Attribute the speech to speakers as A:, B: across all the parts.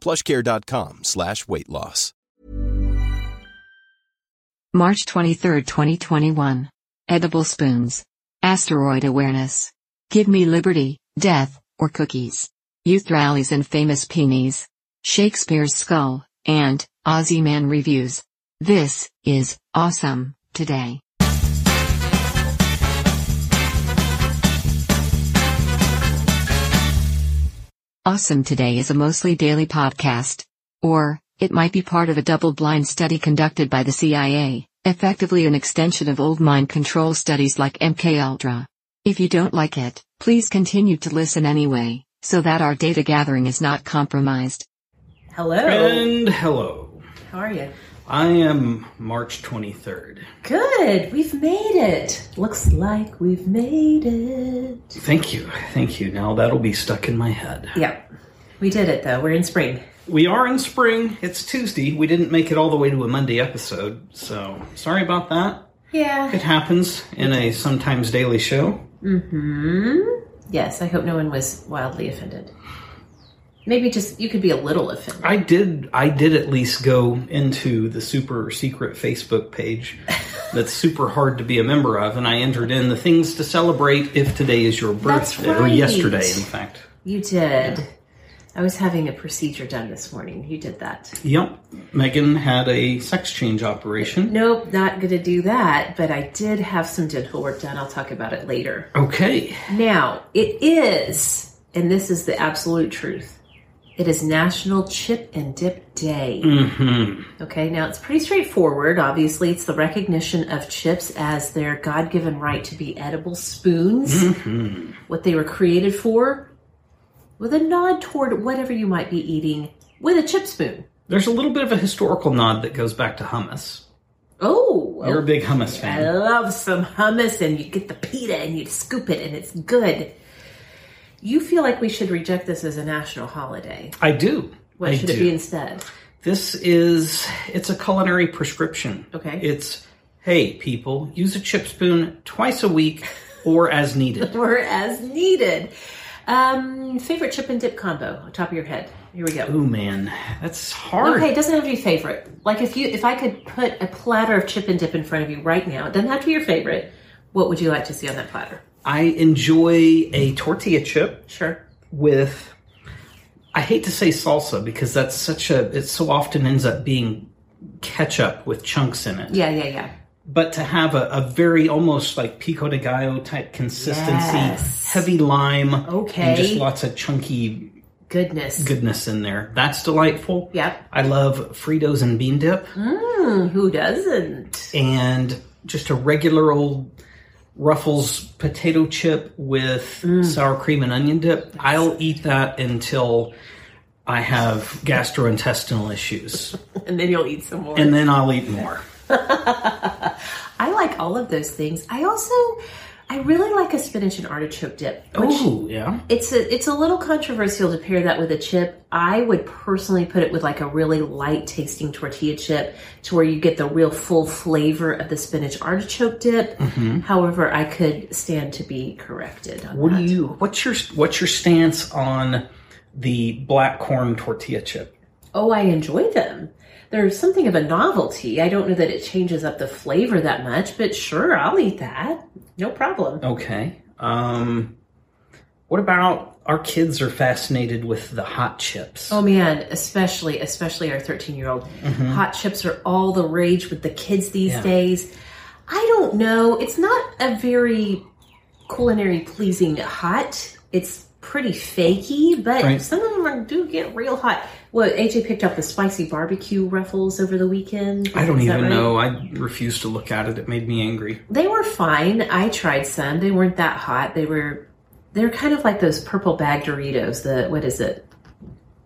A: plushcare.com slash weight loss.
B: March 23, 2021. Edible spoons. Asteroid awareness. Give me liberty, death, or cookies. Youth rallies and famous peonies. Shakespeare's skull, and Aussie Man reviews. This is awesome today. Awesome Today is a mostly daily podcast. Or, it might be part of a double blind study conducted by the CIA, effectively an extension of old mind control studies like MKUltra. If you don't like it, please continue to listen anyway, so that our data gathering is not compromised.
C: Hello.
D: And hello.
C: How are you?
D: I am March 23rd.
C: Good. We've made it. Looks like we've made it.
D: Thank you. Thank you. Now that'll be stuck in my head.
C: Yep. We did it though. We're in spring.
D: We are in spring. It's Tuesday. We didn't make it all the way to a Monday episode, so sorry about that.
C: Yeah.
D: It happens in a sometimes daily show.
C: Hmm. Yes. I hope no one was wildly offended. Maybe just you could be a little offended.
D: I did I did at least go into the super secret Facebook page that's super hard to be a member of and I entered in the things to celebrate if today is your
C: That's
D: birthday or
C: right.
D: yesterday in fact.
C: You did. I was having a procedure done this morning. You did that.
D: Yep. Megan had a sex change operation.
C: Nope, not gonna do that, but I did have some dental work done. I'll talk about it later.
D: Okay.
C: Now, it is, and this is the absolute truth, it is National Chip and Dip Day.
D: Mhm.
C: Okay, now it's pretty straightforward. Obviously, it's the recognition of chips as their God given right to be edible spoons, what they were created for, with a nod toward whatever you might be eating with a chip spoon.
D: There's a little bit of a historical nod that goes back to hummus.
C: Oh,
D: You're a big hummus
C: I
D: fan.
C: love some hummus, and you get the pita and you scoop it, and it's good. You feel like we should reject this as a national holiday.
D: I do.
C: What
D: I
C: should
D: do.
C: it be instead?
D: This is it's a culinary prescription.
C: Okay.
D: It's hey people, use a chip spoon twice a week or as needed.
C: Or as needed. Um, favorite chip and dip combo, on top of your head. Here we go.
D: oh man, that's hard.
C: Okay, it doesn't have to be favorite. Like if you, if I could put a platter of chip and dip in front of you right now, it doesn't have to be your favorite. What would you like to see on that platter?
D: I enjoy a tortilla chip
C: Sure.
D: with I hate to say salsa because that's such a it so often ends up being ketchup with chunks in it.
C: Yeah, yeah, yeah.
D: but to have a, a very almost like pico de gallo type consistency,
C: Yes.
D: heavy lime,
C: Okay.
D: and just lots of chunky
C: Goodness.
D: goodness in there. That's delightful.
C: Yep.
D: I love Fritos and bean dip,
C: Mm, who doesn't?
D: and just a regular old Ruffles potato chip with
C: Mm.
D: sour cream and onion dip. I'll eat that until I have gastrointestinal issues,
C: And then you'll eat some more.
D: and then I'll eat more.
C: I like all of those things. I also I really like a spinach and artichoke dip. which
D: Oh, yeah.
C: It's a it's a little controversial to pair that with a chip. I would personally put it with like a really light tasting tortilla chip to where you get the real full flavor of the spinach artichoke dip. However, I could stand to be corrected on
D: Mm-hmm. What
C: that.
D: do you? What's your What's your stance on the black corn tortilla chip?
C: oh, I enjoy them. There's something of a novelty. I don't know that it changes up the flavor that much, but sure, I'll eat that. No problem.
D: Okay. Um, what about our kids are fascinated with the hot chips?
C: Oh man, especially especially our 13 year old.
D: Mm-hmm.
C: Hot chips are all the rage with the kids these days. I don't know. It's not a very culinary pleasing hot. It's pretty fakey, but
D: Right.
C: some of them are, do get real hot. Well, AJ picked up the spicy barbecue ruffles over the weekend.
D: I don't
C: Is that
D: even
C: right?
D: know. I refuse to look at it. It made me angry.
C: They were fine. I tried some. They weren't that hot. They were they're kind of like those purple bag Doritos. The what is it?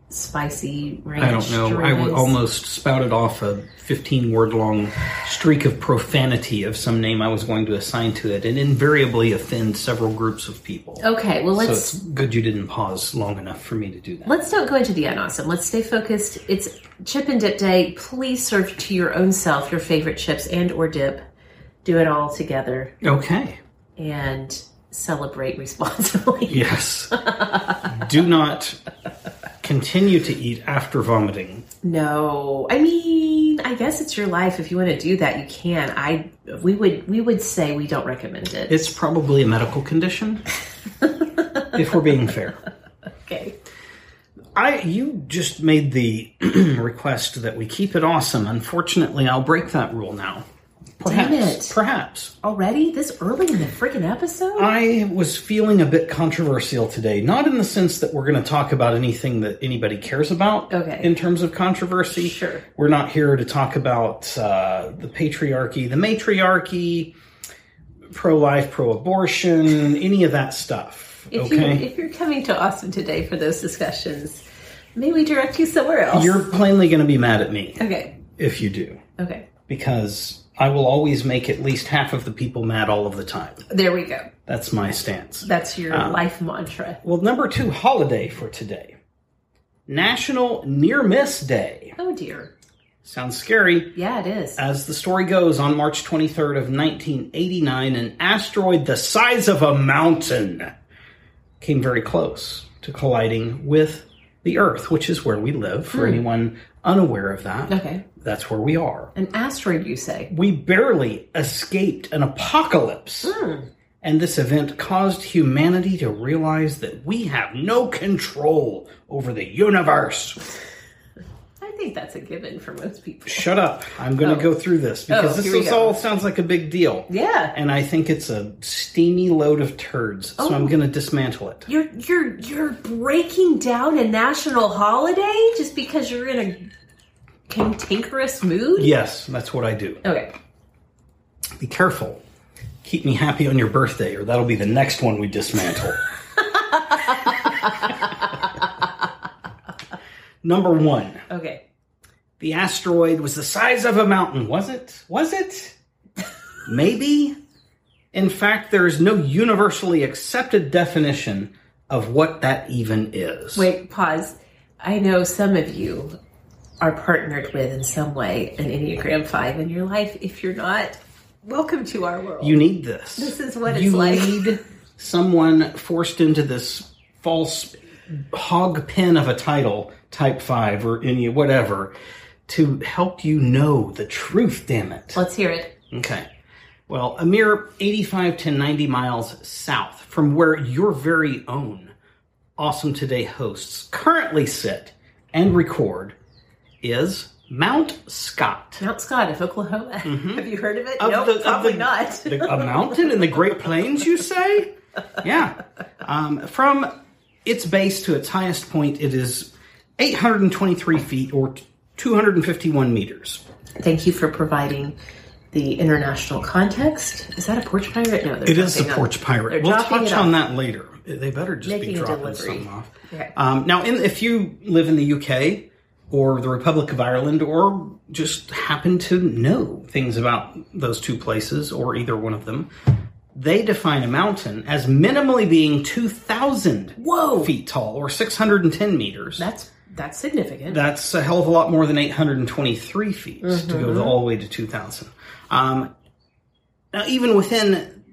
C: Spicy ranch.
D: I don't know. I would
C: Doritos?
D: almost spouted off a 15 word long streak of profanity of some name I was going to assign to it and invariably offend several groups of people.
C: Okay, well
D: so
C: let's
D: it's good you didn't pause long enough for me to do that.
C: let's don't go into the unawesome. Let's stay focused. It's chip and dip day. Please serve to your own self your favorite chips and or dip. Do it all together
D: okay.
C: and celebrate responsibly.
D: Yes. do not continue to eat after vomiting.
C: No, I mean, I guess it's your life. If you want to do that, you can. I we would we would say we don't recommend it.
D: It's probably a medical condition, if we're being fair.
C: okay.
D: I you just made the request that we keep it awesome. Unfortunately, I'll break that rule now. Perhaps,
C: Damn it.
D: perhaps
C: Already this early in the freaking episode?
D: I was feeling a bit controversial today. Not in the sense that we're going to talk about anything that anybody cares about.
C: Okay.
D: In terms of controversy,
C: Sure.
D: We're not here to talk about uh, the patriarchy, the matriarchy, pro-life, pro-abortion, any of that stuff.
C: if
D: okay.
C: you if you're coming to Austin today for those discussions, may we direct you somewhere else?
D: You're plainly going to be mad at me
C: okay.
D: if you do.
C: Okay.
D: because I will always make at least half of the people mad all of the time.
C: There we go.
D: That's my stance.
C: That's your life mantra.
D: Well, number two holiday for today National Near Miss Day.
C: Oh dear.
D: Sounds scary.
C: Yeah, it is.
D: As the story goes, on March 23rd of 1989, an asteroid the size of a mountain came very close to colliding with the Earth, which is where we live. For anyone unaware of that,
C: okay.
D: that's where we are.
C: An asteroid, you say?
D: we barely escaped an apocalypse.
C: Hmm.
D: And this event caused humanity to realize that we have no control over the universe.
C: I think that's a given for most people.
D: Shut up. I'm going to go through this because
C: Oh,
D: this
C: here we
D: is
C: go.
D: all sounds like a big deal.
C: Yeah.
D: And I think it's a steamy load of turds. So
C: Oh.
D: I'm going to dismantle it.
C: You're you're you're breaking down a national holiday just because you're in a cantankerous mood?
D: Yes, that's what I do.
C: Okay.
D: Be careful. Keep me happy on your birthday, or that'll be the next one we dismantle. Number one.
C: Okay.
D: The asteroid was the size of a mountain, was it? Was it? Maybe? In fact, there is no universally accepted definition of what that even is.
C: Wait, pause. I know some of you are partnered with in some way an Enneagram 5 in your life. If you're not, welcome to our world.
D: You need this.
C: This is what it's
D: you
C: like.
D: need someone forced into this false hog pen of a title, type 5 or any whatever, to help you know the truth, damn it.
C: Let's hear it.
D: Okay. Well, a mere 85 to 90 miles south from where your very own Awesome Today hosts currently sit and record is Mount Scott.
C: Mount Scott of Oklahoma. Have you heard of it?
D: Mm-hmm. Of
C: no,
D: the- of
C: probably
D: the-
C: not.
D: The- a mountain in the Great Plains, you say? Yeah. Um, from its base to its highest point, it is 823 feet or 251 meters.
C: Thank you for providing the international context. Is that a porch pirate? No,
D: It is the porch pirate. We'll touch on that later. They better just
C: Making
D: be
C: a
D: dropping
C: delivery.
D: something off.
C: Okay.
D: Um, now, in, if you live in the UK or the Republic of Ireland, or just happen to know things about those two places or either one of them, they define a mountain as minimally being 2,000
C: Whoa.
D: feet tall or 610 meters.
C: That's that's significant.
D: That's a hell of a lot more than 823 feet to go the- all the way to 2,000. Um, now, even within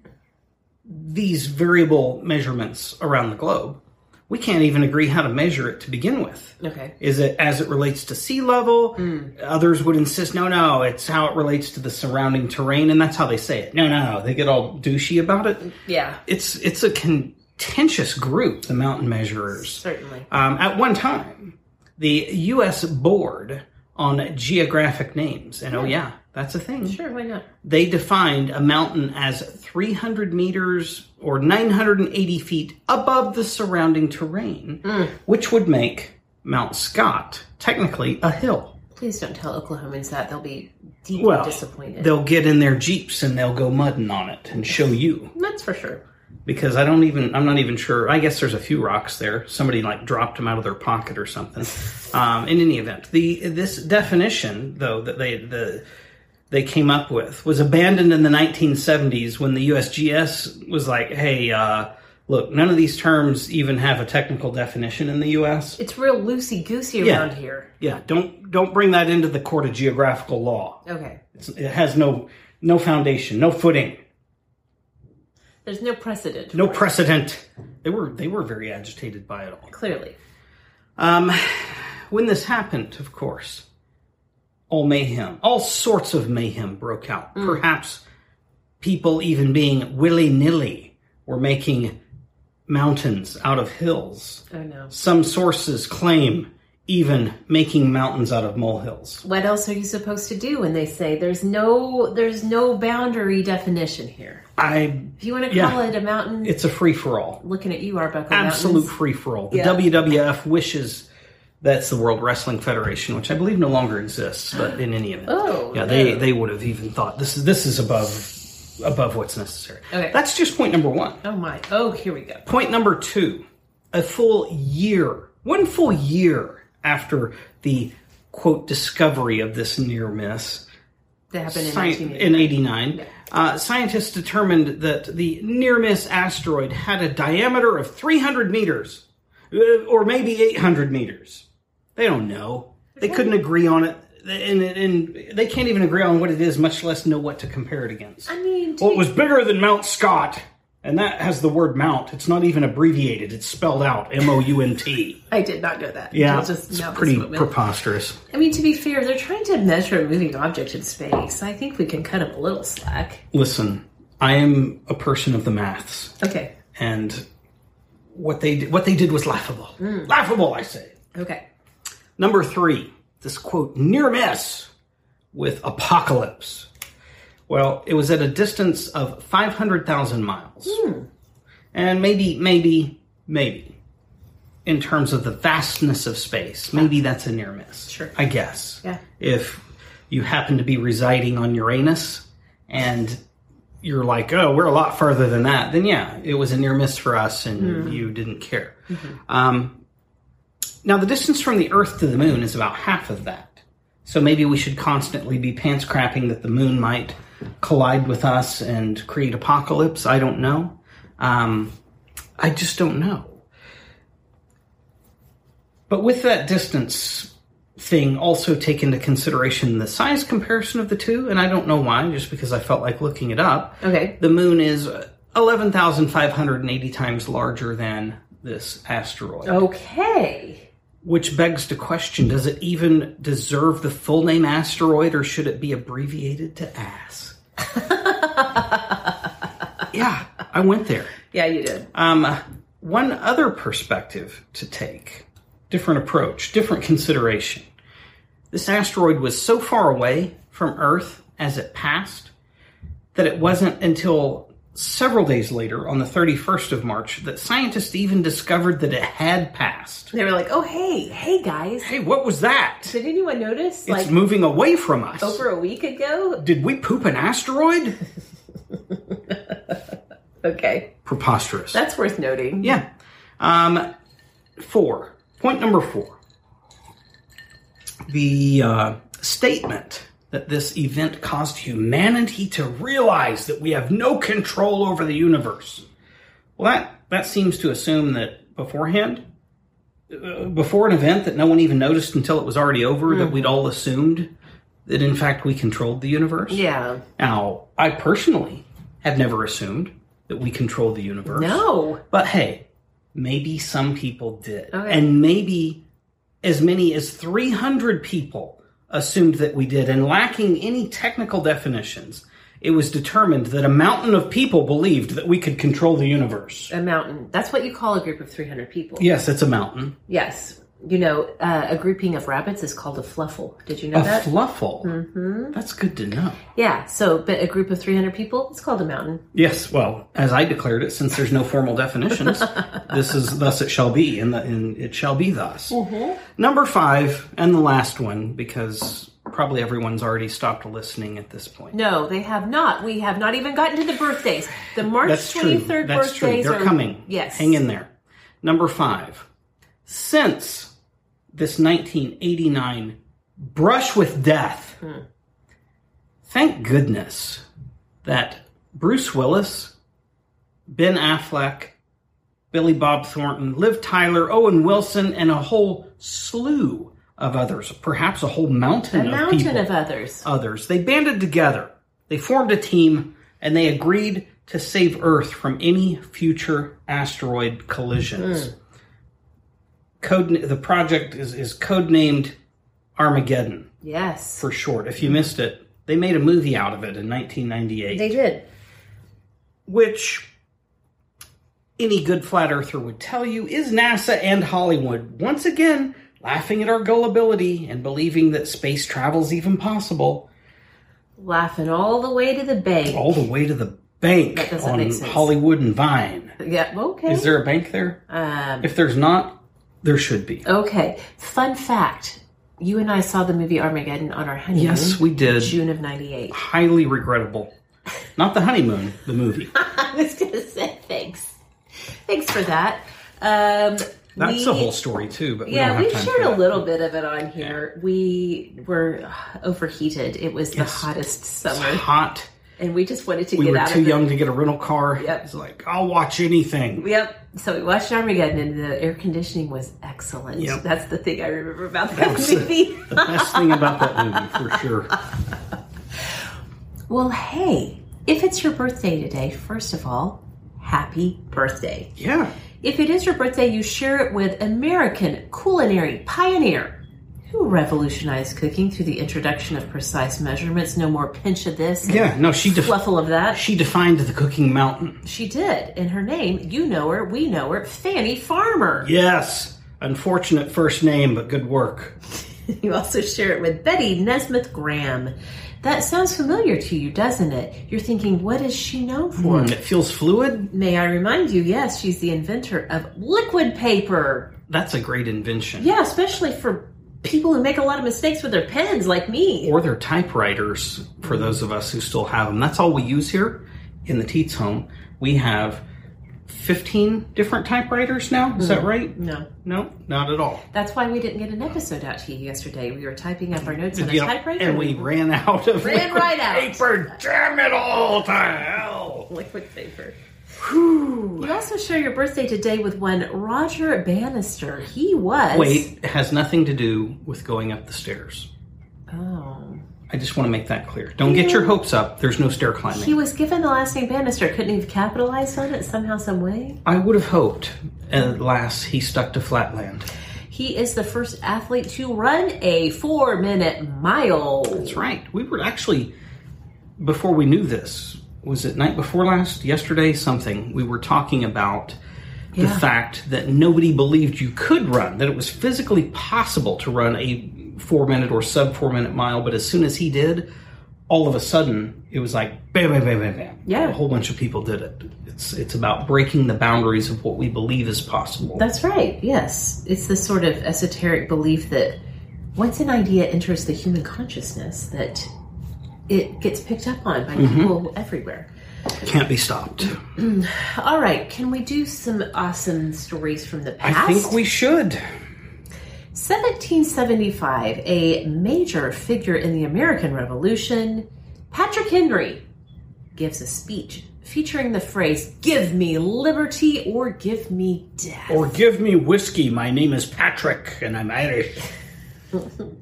D: these variable measurements around the globe, we can't even agree how to measure it to begin with.
C: okay.
D: Is it as it relates to sea level? Others would insist, no, no, it's how it relates to the surrounding terrain, and that's how they say it. No, no, they get all douchey about it.
C: Yeah.
D: It's it's a contentious group, the mountain measurers.
C: Certainly.
D: Um, at one time, the U.S. Board on Geographic Names, and oh yeah, that's a thing.
C: Sure, why not?
D: They defined a mountain as 300 meters or 980 feet above the surrounding terrain,
C: Mm.
D: which would make Mount Scott technically a hill.
C: Please don't tell Oklahomans that. They'll be deeply
D: Well,
C: disappointed.
D: They'll get in their jeeps and they'll go mudding on it and show you.
C: That's for sure.
D: because I don't even I'm not even sure. I guess there's a few rocks there. Somebody like dropped them out of their pocket or something. Um, in any event, the this definition though that they the they came up with was abandoned in the 1970s when the USGS was like, hey. Uh, Look, none of these terms even have a technical definition in the U.S.
C: It's real loosey goosey
D: Yeah.
C: around here.
D: Yeah, don't don't bring that into the court of geographical law.
C: Okay.
D: It's, it has no no foundation, no footing.
C: There's no precedent.
D: no precedent. They were they were very agitated by it all.
C: Clearly.
D: Um, when this happened, of course, all mayhem, all sorts of mayhem broke out. Perhaps people, even being willy nilly, were making mountains out of hills.
C: Oh no.
D: Some sources claim even making mountains out of molehills.
C: What else are you supposed to do when they say there's no there's no boundary definition here?
D: I,
C: If you want to
D: Yeah.
C: call it a mountain,
D: it's a free for all.
C: looking at you, Arbuckle
D: absolute
C: Mountains.
D: free for all. The
C: Yeah.
D: WWF wishes that's the World Wrestling Federation, which I believe no longer exists. But in any event,
C: Oh,
D: yeah, they they would have even thought this is this is above above what's necessary.
C: Okay.
D: That's just point number one.
C: Oh my. Oh, here we go.
D: Point number two: a full year, one full year after the quote discovery of this near miss,
C: That happened in
D: Sci-
C: 1980.
D: in 89, uh, scientists determined that the near miss asteroid had a diameter of 300 meters, uh, or maybe 800 meters. They don't know. They couldn't agree on it, and, and they can't even agree on what it is, much less know what to compare it against.
C: I mean,
D: well, it was bigger than Mount Scott, and that has the word Mount. It's not even abbreviated, it's spelled out M O U N T.
C: I did not know that.
D: Yeah,
C: Until just
D: it's
C: now this
D: pretty
C: moment.
D: preposterous.
C: I mean, to be fair, they're trying to measure a moving object in space. I think we can cut them a little slack.
D: Listen, I am a person of the maths.
C: Okay.
D: and what they did, what they did was laughable. Laughable, I say.
C: Okay.
D: Number three, this quote near miss with apocalypse. Well, it was at a distance of five hundred thousand miles,
C: Hmm.
D: and maybe, maybe, maybe, in terms of the vastness of space, maybe that's a near miss.
C: Sure.
D: I guess.
C: Yeah.
D: If you happen to be residing on Uranus and you're like, oh, we're a lot further than that, then yeah, it was a near miss for us and
C: Hmm.
D: you didn't care. Um, now, the distance from the Earth to the moon is about half of that. So maybe we should constantly be pants crapping that the moon might collide with us and create apocalypse. I don't know. Um, I just don't know. But with that distance thing, also take into consideration the size comparison of the two, and I don't know why, just because I felt like looking it up.
C: Okay.
D: The moon is 11,580 times larger than this asteroid.
C: Oh, Okay.
D: Which begs the question does it even deserve the full name asteroid or should it be abbreviated to ASS? yeah, I went there.
C: Yeah, you did.
D: Um, one other perspective to take, different approach, different consideration. This asteroid was so far away from Earth as it passed that it wasn't until several days later, on the 31st of March, that scientists even discovered that it had passed.
C: They were like, "Oh, hey, hey, guys!
D: Hey, what was that?
C: Did anyone notice?
D: It's
C: Like
D: moving away from us.
C: over a week ago?
D: Did we poop an asteroid?
C: Okay,
D: Preposterous.
C: that's worth noting.
D: Yeah. Um, four. Point number four. The uh, statement that this event caused humanity to realize that we have no control over the universe. Well, that, that seems to assume that beforehand, uh, before an event that no one even noticed until it was already over,
C: Hmm.
D: that we'd all assumed that in fact we controlled the universe.
C: Yeah.
D: Now, I personally have never assumed that we control the universe.
C: No.
D: But hey, maybe some people did.
C: Okay.
D: And maybe as many as 300 people assumed that we did. And lacking any technical definitions, it was determined that a mountain of people believed that we could control the universe.
C: A mountain. That's what you call a group of 300 people.
D: Yes, it's a mountain.
C: Yes. You know, uh, a grouping of rabbits is called a fluffle. Did you know
D: A
C: that?
D: fluffle. Mm-hmm. That's good to know.
C: yeah. So, but a group of 300 people, it's called a mountain.
D: Yes, well, as I declared it, since there's no formal definitions, this is thus it shall be, and, the, and it shall be thus. Number five, and the last one, because probably everyone's already stopped listening at this point.
C: No, they have not. We have not even gotten to the birthdays. The March
D: That's true.
C: 23rd
D: That's true.
C: birthdays
D: They're
C: are
D: coming.
C: Yes.
D: Hang in there. Number five, since this 1989 brush with death,
C: Hmm.
D: thank goodness that Bruce Willis, Ben Affleck, Billy Bob Thornton, Liv Tyler, Owen Wilson, and a whole slew of others, perhaps a whole mountain
C: A
D: of
C: mountain
D: people Uh,
C: of others.
D: others. They banded together, they formed a team, and they agreed to save Earth from any future asteroid collisions.
C: Hmm.
D: Code the project is, is codenamed Armageddon
C: yes.
D: for short. If you missed it, they made a movie out of it in 1998,
C: They did.
D: which any good flat earther would tell you is NASA and Hollywood once again laughing at our gullibility and believing that space travel is even possible.
C: Laughing all the way to the bank.
D: all the way to the bank
C: That doesn't
D: on
C: make sense.
D: Hollywood and Vine.
C: Yeah. Okay.
D: Is there a bank there?
C: Um, Oh,
D: If there's not, there should be.
C: okay. Fun fact. You and I saw the movie Armageddon on our honeymoon.
D: Yes, we did.
C: June of 98.
D: Highly regrettable. Not the honeymoon, the movie.
C: I was going to say thanks. Thanks for that. Um,
D: That's
C: we,
D: the whole story too, but we don't
C: yeah,
D: have
C: we
D: time
C: shared
D: for
C: a
D: that.
C: little bit of it on here. We were overheated. It was the hottest summer,
D: Hot.
C: and we just wanted to
D: We
C: get
D: were
C: out
D: too
C: of
D: young to get a rental car.
C: Yep.
D: It's like I'll watch anything.
C: it. Yep. So we watched Armageddon, and the air conditioning was excellent.
D: Yep.
C: That's the thing I remember about that
D: was it.
C: movie.
D: The best thing about that movie, for sure.
C: well, hey, if it's your birthday today, first of all, happy birthday.
D: Yeah.
C: If it is your birthday, you share it with American culinary pioneer who revolutionized cooking through the introduction of precise measurements. No more pinch of this, and
D: Yeah. No, she def-
C: fluffle of that.
D: she defined the cooking mountain.
C: She did. And her name, you know her, we know her, Fanny Farmer.
D: Yes. Unfortunate first name, but good work.
C: You also share it with Betty Nesmith Graham. That sounds familiar to you, doesn't it? You're thinking, what is she known for?
D: It feels fluid.
C: May I remind you, yes, she's the inventor of liquid paper.
D: That's a great invention.
C: Yeah, especially for people who make a lot of mistakes with their pens, like me.
D: Or their typewriters for those of us who still have them. That's all we use here in the Teats home. We have 15 different typewriters now. Is that right?
C: Mm-hmm. No.
D: No, not at all.
C: That's why we didn't get an episode out to you yesterday. We were typing up our notes on a
D: You know,
C: typewriter.
D: and we ran out of
C: Ran
D: liquid
C: right out.
D: paper. Damn it all to hell.
C: liquid paper. You also share your birthday today with one Roger Bannister. He was.
D: Wait, it has nothing to do with going up the stairs.
C: Oh.
D: I just want to make that clear. Don't get your hopes up. There's no stair climbing.
C: He was given the last name Bannister. Couldn't he have capitalized on it somehow, some way?
D: I would have hoped, alas, he stuck to flatland.
C: He is the first athlete to run a four minute mile.
D: That's right. We were actually before we knew this. Was it night before last? Yesterday, something. We were talking about the fact that nobody believed you could run, that it was physically possible to run a four minute or sub four minute mile, but as soon as he did, all of a sudden it was like bam, bam, bam, bam, bam.
C: Yeah.
D: a whole bunch of people did it. It's it's about breaking the boundaries of what we believe is possible.
C: That's right, yes. It's this sort of esoteric belief that once an idea enters the human consciousness, that it gets picked up on by
D: Mm-hmm.
C: people everywhere.
D: can't be stopped.
C: All right, can we do some awesome stories from the past?
D: I think we should.
C: 1775, a major figure in the American Revolution, Patrick Henry, gives a speech featuring the phrase, Give me liberty or give me death.
D: Or give me whiskey. My name is Patrick, and I'm Irish.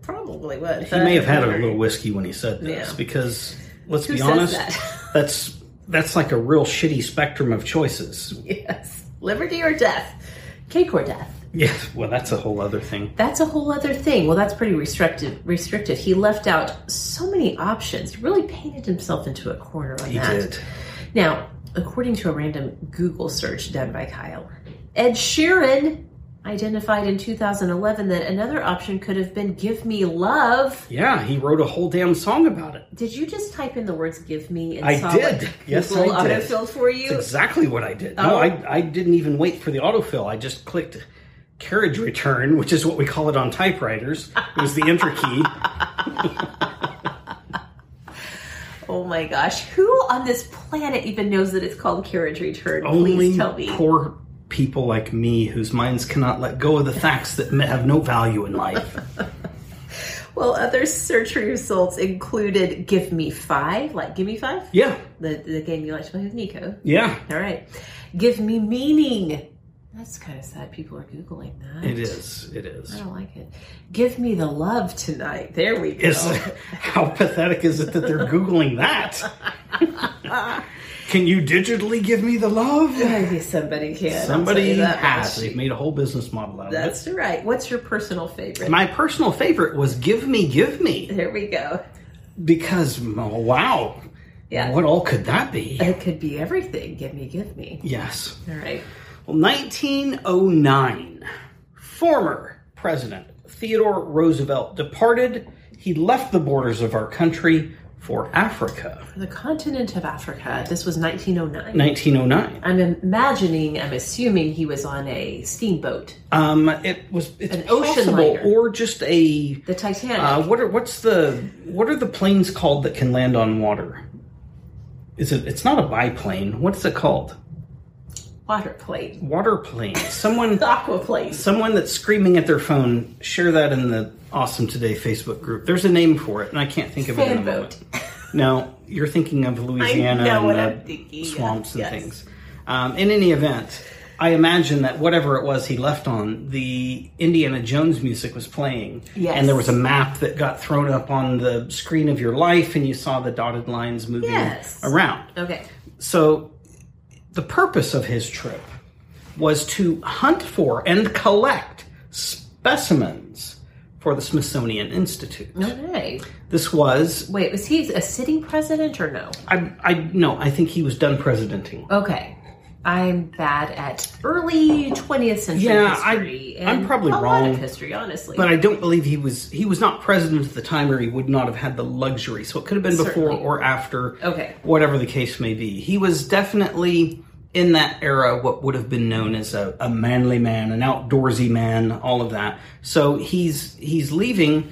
C: Probably would.
D: He may have had a little whiskey when he said this
C: Yeah.
D: because let's
C: Who
D: be
C: says
D: honest,
C: that?
D: that's that's like a real shitty spectrum of choices.
C: Yes. Liberty or death. Cake or death.
D: Yeah, well, that's a whole other thing.
C: That's a whole other thing. Well, that's pretty restrictive. Restrictive. He left out so many options. He really painted himself into a corner on
D: He
C: that.
D: did.
C: Now, according to a random Google search done by Kyle, Ed Sheeran identified in 2011 that another option could have been "Give Me Love."
D: Yeah, he wrote a whole damn song about it.
C: Did you just type in the words "Give Me"? And
D: I
C: saw
D: did.
C: What
D: Yes,
C: Google
D: I did.
C: autofilled for you.
D: That's exactly what I did. No,
C: Oh.
D: I, I didn't even wait for the autofill. I just clicked carriage return, which is what we call it on typewriters. It was the enter key.
C: Oh my gosh, who on this planet even knows that it's called carriage return?
D: Only
C: Please tell me.
D: poor people like me whose minds cannot let go of the facts that have no value in life.
C: Well, other search results included "Give Me Five, like "Give Me Five,
D: Yeah,
C: the the game you like to play with Nico.
D: yeah,
C: All right. Give me meaning. That's kind of sad. People are Googling that.
D: it is. It
C: I
D: is.
C: don't like it. Give me the love tonight. There we go.
D: Is how pathetic is it that they're googling that? Can you digitally give me the love?
C: Maybe somebody can. I'll tell
D: Somebody
C: you that
D: has.
C: much.
D: They've made a whole business model out of it.
C: That's right. What's your personal favorite?
D: My personal favorite was "Give Me, Give Me"
C: there we go.
D: because oh, wow,
C: Yeah.
D: what all could that be?
C: It could be everything. Give me, give me.
D: Yes.
C: All right.
D: Well, 1909, former President Theodore Roosevelt departed. He left the borders of our country for Africa.
C: For the continent of Africa, this was 1909.
D: 1909.
C: I'm imagining, I'm assuming he was on a steamboat.
D: Um, it was it's
C: An ocean
D: possible,
C: liner.
D: or just a.
C: The Titanic.
D: Uh, what are what's the what are the planes called that can land on water? Is it? It's not a biplane. What's it called?
C: Water plate.
D: Water plane. Someone
C: Aqua plate.
D: someone that's screaming at their phone, share that in the Awesome Today Facebook group. There's a name for it, and I can't think of it in the moment. No, you're thinking of Louisiana
C: know what I'm
D: and the
C: thinking of,
D: swamps and
C: yes.
D: things. Um, in any event, I imagine that whatever it was he left on, the Indiana Jones music was playing,
C: Yes.
D: and there was a map that got thrown up on the screen of your life, and you saw the dotted lines moving
C: Yes.
D: around.
C: Okay.
D: So, the purpose of his trip was to hunt for and collect specimens for the Smithsonian Institute.
C: Okay.
D: This was,
C: Wait, was he a sitting president or no?
D: I, I no, I think he was done presidenting.
C: Okay. I'm bad at early 20th century
D: Yeah, I-
C: history.
D: I'm probably
C: a Lot
D: wrong,
C: of history, honestly.
D: But I don't believe he was. He was not president at the time, or he would not have had the luxury. So it could have been before
C: Certainly.
D: or after.
C: Okay.
D: Whatever the case may be, he was definitely in that era what would have been known as a, a manly man, an outdoorsy man, all of that. So he's he's leaving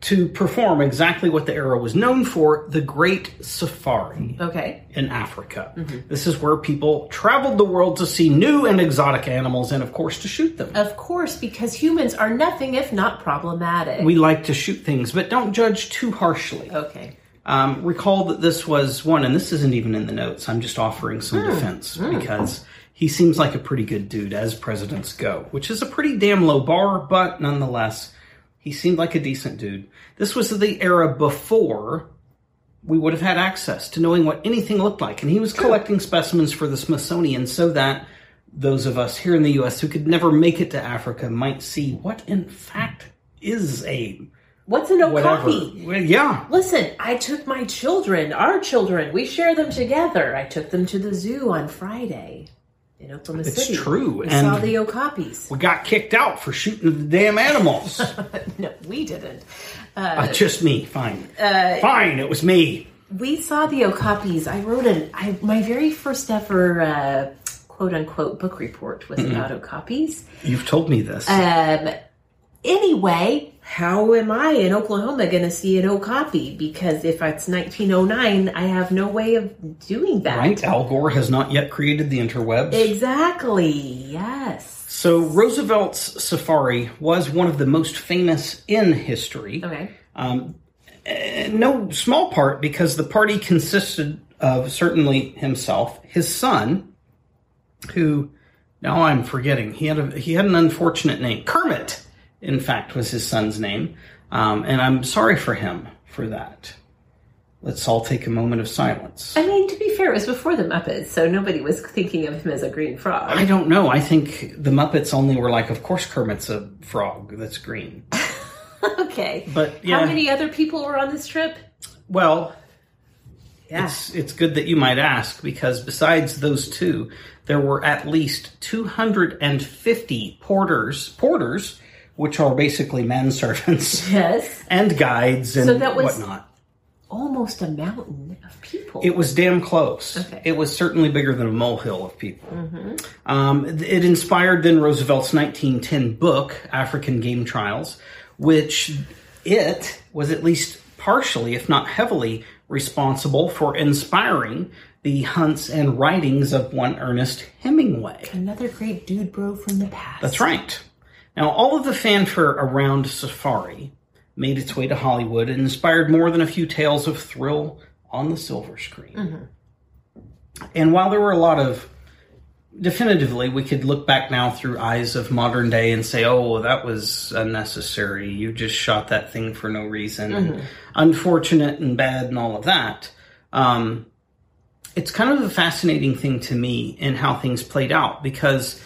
D: to perform exactly what the era was known for: the Great Safari
C: okay. Mm-hmm.
D: in Africa. This is where people traveled the world to see new and exotic animals, and of course to shoot them.
C: Of course, because humans are nothing if not problematic.
D: We like to shoot things, but don't judge too harshly.
C: okay.
D: Um, recall that this was one, and this isn't even in the notes. I'm just offering some defense because he seems like a pretty good dude as presidents go, which is a pretty damn low bar, but nonetheless, he seemed like a decent dude. This was the era before we would have had access to knowing what anything looked like, and he was collecting specimens for the Smithsonian so that those of us here in the U.S. who could never make it to Africa might see what, in fact, is a
C: What's an
D: whatever.
C: okapi?
D: Well, yeah.
C: Listen, I took my children, our children, we share them together. I took them to the zoo on Friday in Oklahoma
D: It's
C: City.
D: true,
C: We
D: and-
C: saw the okapis.
D: We got kicked out for shooting the damn animals.
C: No, we didn't.
D: uh, just me. Fine. Fine. It was me.
C: We saw the Okapis. I wrote an I my very first ever uh, quote unquote book report was about Okapis.
D: You've told me this.
C: Um, anyway, how am I in Oklahoma going to see an Okapi? Because if it's 1909, I have no way of doing that.
D: right? Al Gore has not yet created the interwebs.
C: Exactly. Yes.
D: So Roosevelt's safari was one of the most famous in history.
C: Okay.
D: In no small part because the party consisted of certainly himself, his son, who now I'm forgetting. He had a, he had an unfortunate name. Kermit, in fact, was his son's name, um, and I'm sorry for him for that. Let's all take a moment of silence.
C: I mean, to be fair, it was before the Muppets, so nobody was thinking of him as a green frog.
D: I don't know. I think the Muppets only were like, of course, Kermit's a frog that's green.
C: okay.
D: But yeah,
C: How many other people were on this trip?
D: well,
C: Yeah.
D: it's it's good that you might ask because besides those two, there were at least 250 porters, porters, which are basically manservants
C: yes.
D: and guides and
C: So that was-
D: whatnot.
C: Almost a mountain of people.
D: It was damn close.
C: Okay. Mm-hmm.
D: It was certainly bigger than a molehill of people. Um, th- it inspired then Roosevelt's 1910 book, African Game Trials, which it was at least partially, if not heavily, responsible for inspiring the hunts and writings of one Ernest Hemingway.
C: Another great dude bro from the past.
D: That's right. Now, all of the fanfare around Safari made its way to Hollywood and inspired more than a few tales of thrill on the silver screen. And while there were a lot of, definitively, we could look back now through eyes of modern day and say, oh, that was unnecessary. You just shot that thing for no reason. and Unfortunate and bad and all of that. Um, it's kind of a fascinating thing to me in how things played out because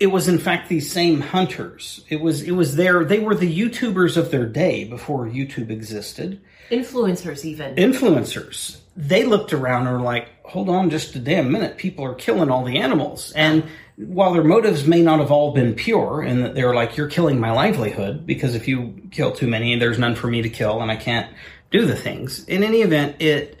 D: it was in fact these same hunters it was it was their they were the youtubers of their day before youtube existed
C: Influencers, even.
D: influencers they looked around and were like hold on just a damn minute people are killing all the animals and while their motives may not have all been pure and that they were like you're killing my livelihood because if you kill too many there's none for me to kill and i can't do the things in any event it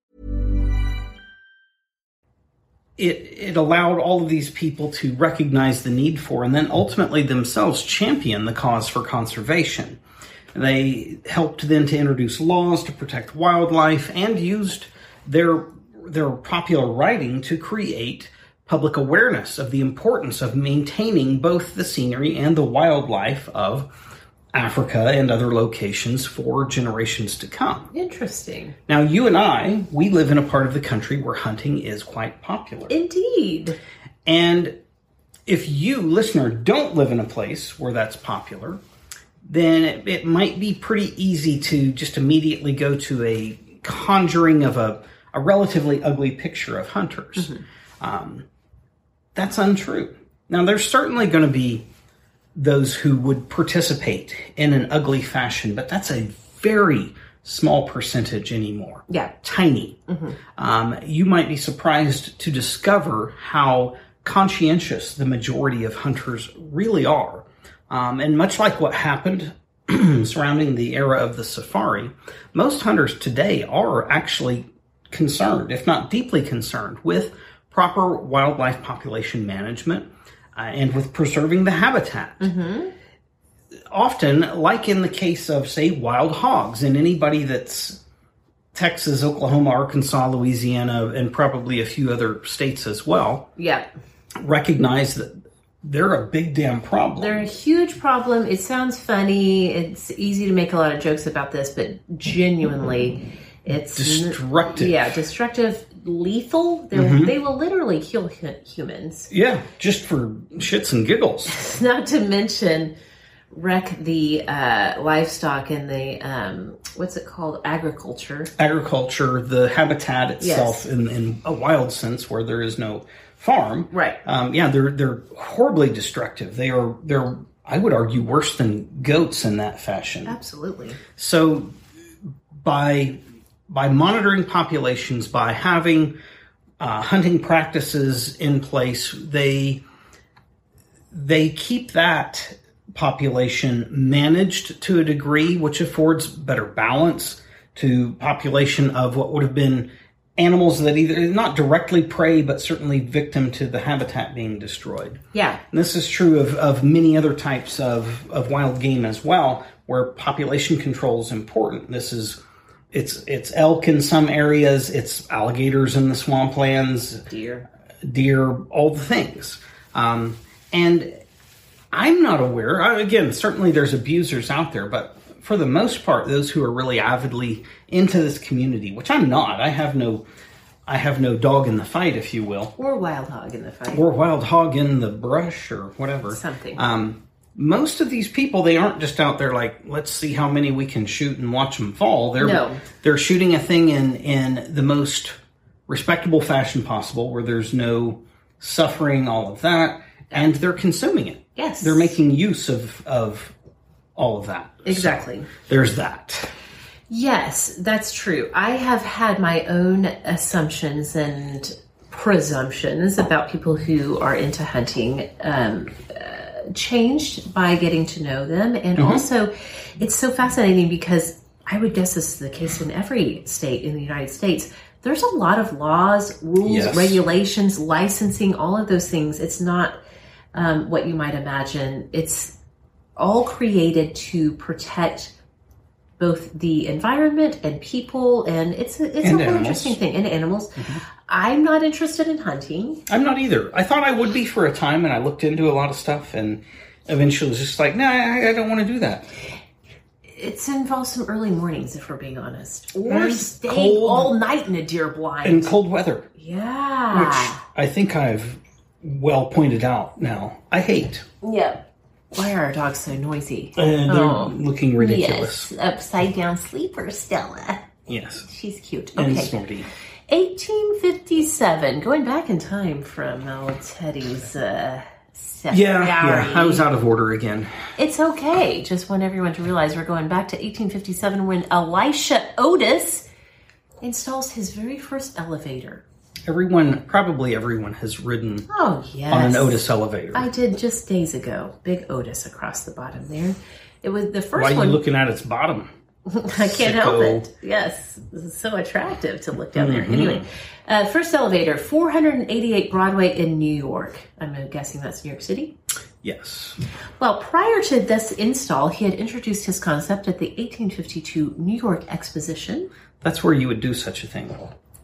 D: it it allowed all of these people to recognize the need for and then ultimately themselves champion the cause for conservation. They helped then to introduce laws to protect wildlife and used their their popular writing to create public awareness of the importance of maintaining both the scenery and the wildlife of Africa and other locations for generations to come.
C: Interesting.
D: Now, you and I, we live in a part of the country where hunting is quite popular.
C: Indeed.
D: And if you, listener, don't live in a place where that's popular, then it, it might be pretty easy to just immediately go to a conjuring of a, a relatively ugly picture of hunters. Um, that's untrue. Now, there's certainly going to be those who would participate in an ugly fashion, but that's a very small percentage anymore
C: Yeah.
D: tiny. Um, you might be surprised to discover how conscientious the majority of hunters really are. Um, and much like what happened surrounding the era of the safari, most hunters today are actually concerned, if not deeply concerned, with proper wildlife population management uh, and with preserving the habitat often, like in the case of, say, wild hogs, and anybody that's Texas, Oklahoma, Arkansas, Louisiana, and probably a few other states as well,
C: Yeah.
D: recognize that they're a big damn problem.
C: They're a huge problem. It sounds funny. It's easy to make a lot of jokes about this, but genuinely, It's
D: Destructive. Mm-hmm.
C: Yeah, destructive, lethal. They're- They will literally kill hu- humans.
D: Yeah, just for shits and giggles.
C: Not to mention wreck the uh, livestock and the um, what's it called agriculture.
D: Agriculture, the habitat itself,
C: Yes.
D: in, in a wild sense, where there is no farm.
C: Right.
D: Um, yeah, they're they're horribly destructive. They are they're I would argue worse than goats in that fashion.
C: Absolutely.
D: So by by monitoring populations, by having uh, hunting practices in place, they they keep that population managed to a degree which affords better balance to population of what would have been animals that either not directly prey but certainly victim to the habitat being destroyed.
C: Yeah.
D: And this is true of, of many other types of, of wild game as well, where population control is important. This is it's it's elk in some areas, it's alligators in the swamplands,
C: Deer.
D: deer, all the things. Um, and I'm not aware. I- Again, certainly there's abusers out there, but for the most part, those who are really avidly into this community, which I'm not, I have no, I have no dog in the fight, if you will
C: Or wild hog in the fight.
D: or wild hog in the brush or whatever.
C: Something.
D: Um, most of these people, they aren't just out there like, let's see how many we can shoot and watch them fall. They're
C: No.
D: they're shooting a thing in in the most respectable fashion possible, where there's no suffering, all of that, and they're consuming it.
C: Yes.
D: they're making use of of all of that.
C: exactly.
D: There's that.
C: Yes, that's true. I have had my own assumptions and presumptions about people who are into hunting um, uh, changed by getting to know them. And also, it's so fascinating because I would guess this is the case in every state in the United States. There's a lot of laws, rules,
D: Yes.
C: regulations, licensing, all of those things. It's not um, what you might imagine. It's all created to protect both the environment and people, and it's a, it's
D: And
C: a
D: animals.
C: whole
D: Mm-hmm.
C: interesting thing. And animals. I'm not interested in hunting.
D: I'm not either. I thought I would be for a time, and I looked into a lot of stuff, and eventually was just like, nah, I, I don't want to do that.
C: It's involved some early mornings, if we're being honest, or
D: And
C: staying
D: cold.
C: all night in a deer blind.
D: In cold weather,
C: yeah,
D: I think I've well pointed out now. I hate.
C: yeah. Why are our dogs so noisy?
D: And they're
C: Oh.
D: looking Uh, ridiculous.
C: Yes, upside down sleeper Stella.
D: Yes.
C: She's cute.
D: And
C: Okay.
D: snorty.
C: 1857, going back in time from old Teddy's uh, set
D: Yeah, yeah. I was out of order again.
C: It's okay. Just want everyone to realize we're going back to 1857 when Elisha Otis installs his very first elevator.
D: Everyone, probably everyone, has ridden
C: Oh, yes.
D: on an Otis elevator.
C: I did just days ago. Big Otis across the bottom there. It was the first
D: Why are you
C: one.
D: looking at its bottom?
C: I can't help
D: Sicko.
C: it. Yes, this is so attractive to look down there. Anyway, uh, first elevator, 488 Broadway in New York. I'm guessing that's New York City.
D: Yes.
C: Well, prior to this install, he had introduced his concept at the 1852 New York Exposition.
D: That's where you would do such a thing.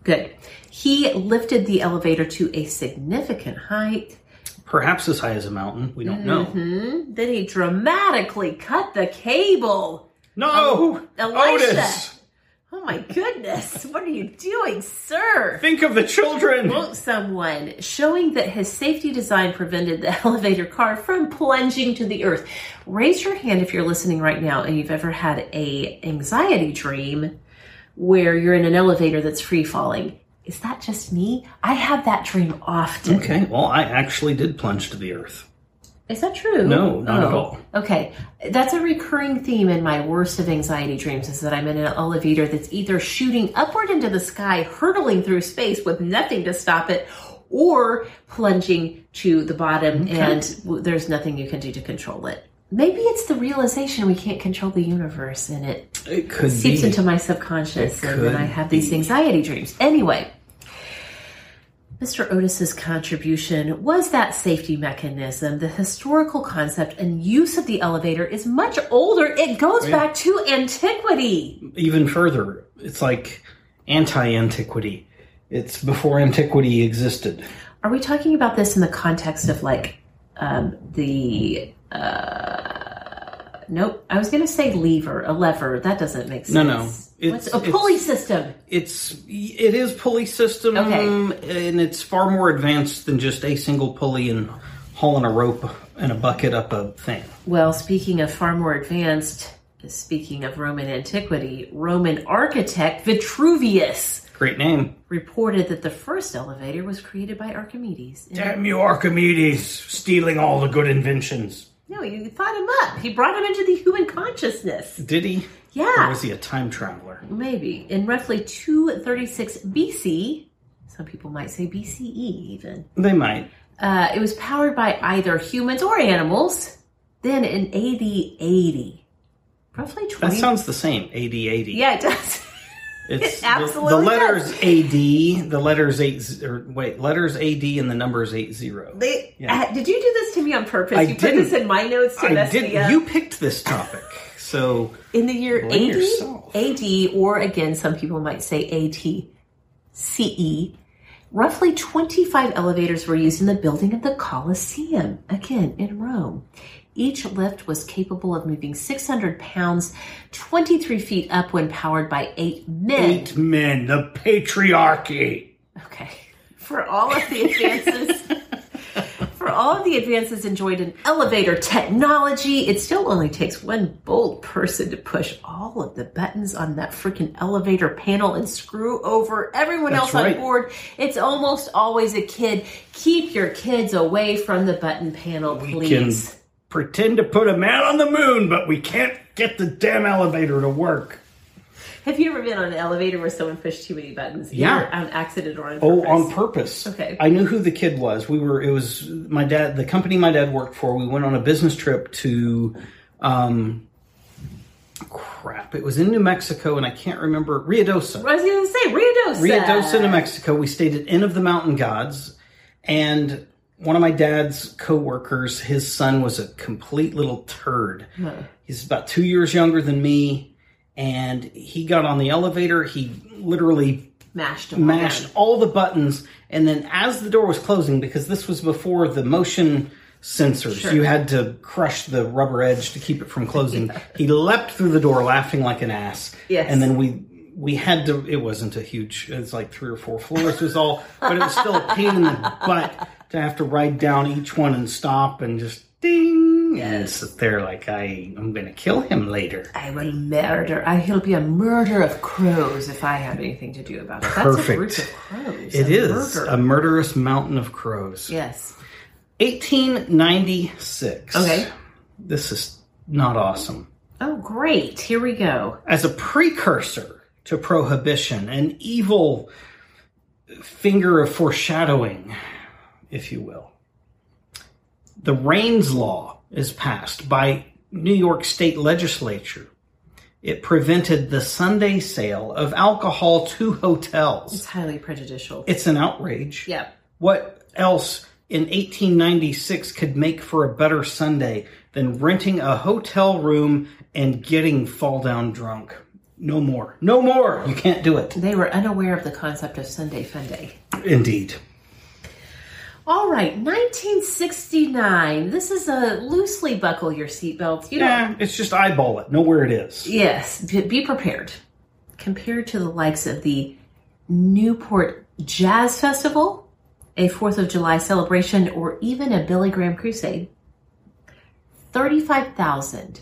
C: Good. He lifted the elevator to a significant height. Hmm?
D: Perhaps as high as a mountain. We don't
C: Mm-hmm.
D: know.
C: Then he dramatically cut the cable.
D: No!
C: Oh, Elisha!
D: Otis!
C: Oh my goodness. What are you doing, sir?
D: Think of the children!
C: Quote someone, showing that his safety design prevented the elevator car from plunging to the earth. Raise your hand if you're listening right now and you've ever had a anxiety dream where you're in an elevator that's free falling. Is that just me? I have that dream often.
D: Okay, well, I actually did plunge to the earth.
C: Is that true? Oh.
D: No, not at all.
C: Okay, that's a recurring theme in my worst of anxiety dreams is that I'm in an elevator that's either shooting upward into the sky, hurtling through space with nothing to stop it, or plunging to the bottom and w- there's nothing you can do to control it. Maybe it's the realization we can't control the universe and it
D: It could
C: seeps
D: be.
C: into my subconscious and
D: could
C: then I have these anxiety dreams. Anyway, Mr. Otis's contribution was that safety mechanism. The historical concept and use of the elevator is much older. It goes
D: Oh,
C: back to antiquity.
D: even further. It's like anti antiquity. It's before antiquity existed.
C: Are we talking about this in the context of like um, the uh, nope. I was going to say lever, a lever. That doesn't make sense.
D: No, no. It's-
C: What's a pulley
D: it's-
C: system?
D: It's it is pulley system,
C: Okay.
D: and it's far more advanced than just a single pulley and hauling a rope and a bucket up a thing.
C: Well, speaking of far more advanced, speaking of Roman antiquity, Roman architect Vitruvius
D: Great name.
C: reported that the first elevator was created by Archimedes. And-
D: Damn you, Archimedes, stealing all the good inventions.
C: no, you thought him up. He brought him into the human consciousness.
D: Did he? Or
C: Yeah.
D: was he a time traveler?
C: Maybe. In roughly 236 BC, some people might say BCE even,
D: They might.
C: uh, it was powered by either humans or animals. Then in AD 80, roughly 20.
D: That sounds the same. AD 80.
C: yeah, it does.
D: It's the-
C: absolutely
D: the, letters
C: does.
D: AD, the letters 8 z- or wait, letters AD and the numbers 80.
C: They,
D: Yeah.
C: uh, did you do this to me on purpose?
D: I
C: you put this
D: didn't.
C: in my notes to
D: I
C: mess
D: did
C: me up.
D: you picked this topic. So
C: in the year
D: Blame
C: 80,
D: yourself.
C: AD, or again, some people might say AT, CE, E, roughly 25 elevators were used in the building of the Colosseum, again in Rome. Each lift was capable of moving 600 pounds, 23 feet up when powered by eight men.
D: men, the patriarchy.
C: Okay. For all of the advances for all of the advances enjoyed in elevator technology, it still only takes one bold person to push all of the buttons on that freaking elevator panel and screw over everyone
D: That's
C: else
D: right.
C: on board. It's almost always a kid. Keep your kids away from the button panel, please.
D: pretend to put a man on the moon, but we can't get the damn elevator to work.
C: Have you ever been on an elevator where someone pushed too many buttons?
D: Yeah.
C: Either on accident or on
D: Oh,
C: purpose?
D: on purpose.
C: Okay.
D: I knew who the kid was. We were. It was my dad. The company my dad worked for. We went on a business trip to. Um, crap! It was in New Mexico, and I can't remember Rio Dosa.
C: I was going to say, Rio
D: Rio Dosa, New Mexico. We stayed at Inn of the Mountain Gods, and one of my dad's coworkers, his son was a complete little turd. He's about two years younger than me, and he got on the elevator. He literally
C: Mashed them all
D: mashed
C: down.
D: all the buttons, and then as the door was closing, because this was before the motion sensors, you had to crush the rubber edge to keep it from closing. He leapt through the door, laughing like an ass.
C: Yes.
D: and then we we had to. It wasn't a huge. It's like three or four floors was all, but it was still a pain in the butt to have to ride down each one and stop and just ding and sit there like I I'm gonna kill him later.
C: I will murder. I, he'll be a murder of crows if I have anything to do about it. That's a group
D: Perfect.
C: of crows.
D: It
C: a
D: is Um,
C: murder.
D: a murderous mountain of crows.
C: yes.
D: 1896.
C: Okay.
D: This is not awesome.
C: Oh, great. Here we go.
D: As a precursor to prohibition, an evil finger of foreshadowing, if you will, the Rains Law is passed by New York State Legislature. It prevented the Sunday sale of alcohol to
C: It's
D: hotels.
C: highly prejudicial.
D: It's an outrage.
C: yeah.
D: What else in 1896 could make for a better Sunday than renting a hotel room and getting fall down drunk? No more. No more. You can't do it.
C: They were unaware of the concept of Sunday Funday.
D: Indeed.
C: All right, 1969. This is a loosely buckle your seatbelts. You don't
D: Yeah, it's just eyeball it. Know where it is.
C: Yes, be, be prepared. Compared to the likes of the Newport Jazz Festival, a 4th of July celebration, or even a Billy Graham crusade, 35,000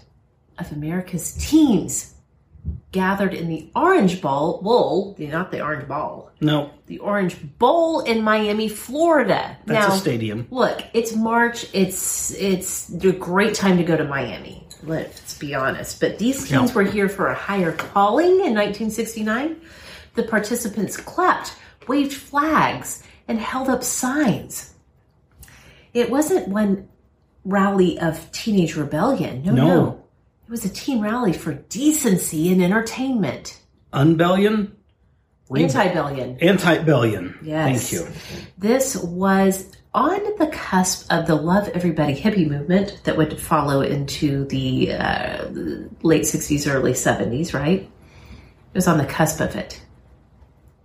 C: of America's teens gathered in the Orange Bowl, bowl not the Orange Ball,
D: No,
C: the Orange Bowl in Miami, Florida.
D: that's
C: Now-
D: a stadium.
C: Look, it's March. It's it's a great time to go to Miami. Let's be honest. But these teens were here for a higher calling in 1969. The participants clapped, waved flags, and held up signs. It wasn't one rally of teenage rebellion. No, no.
D: No.
C: It was a teen rally for decency and entertainment.
D: Unbellion?
C: Anti-billion.
D: Antibellion.
C: Yes.
D: Thank you.
C: This was on the cusp of the Love Everybody hippie movement that would follow into the uh, late 60s, early 70s, right? It was on the cusp of it.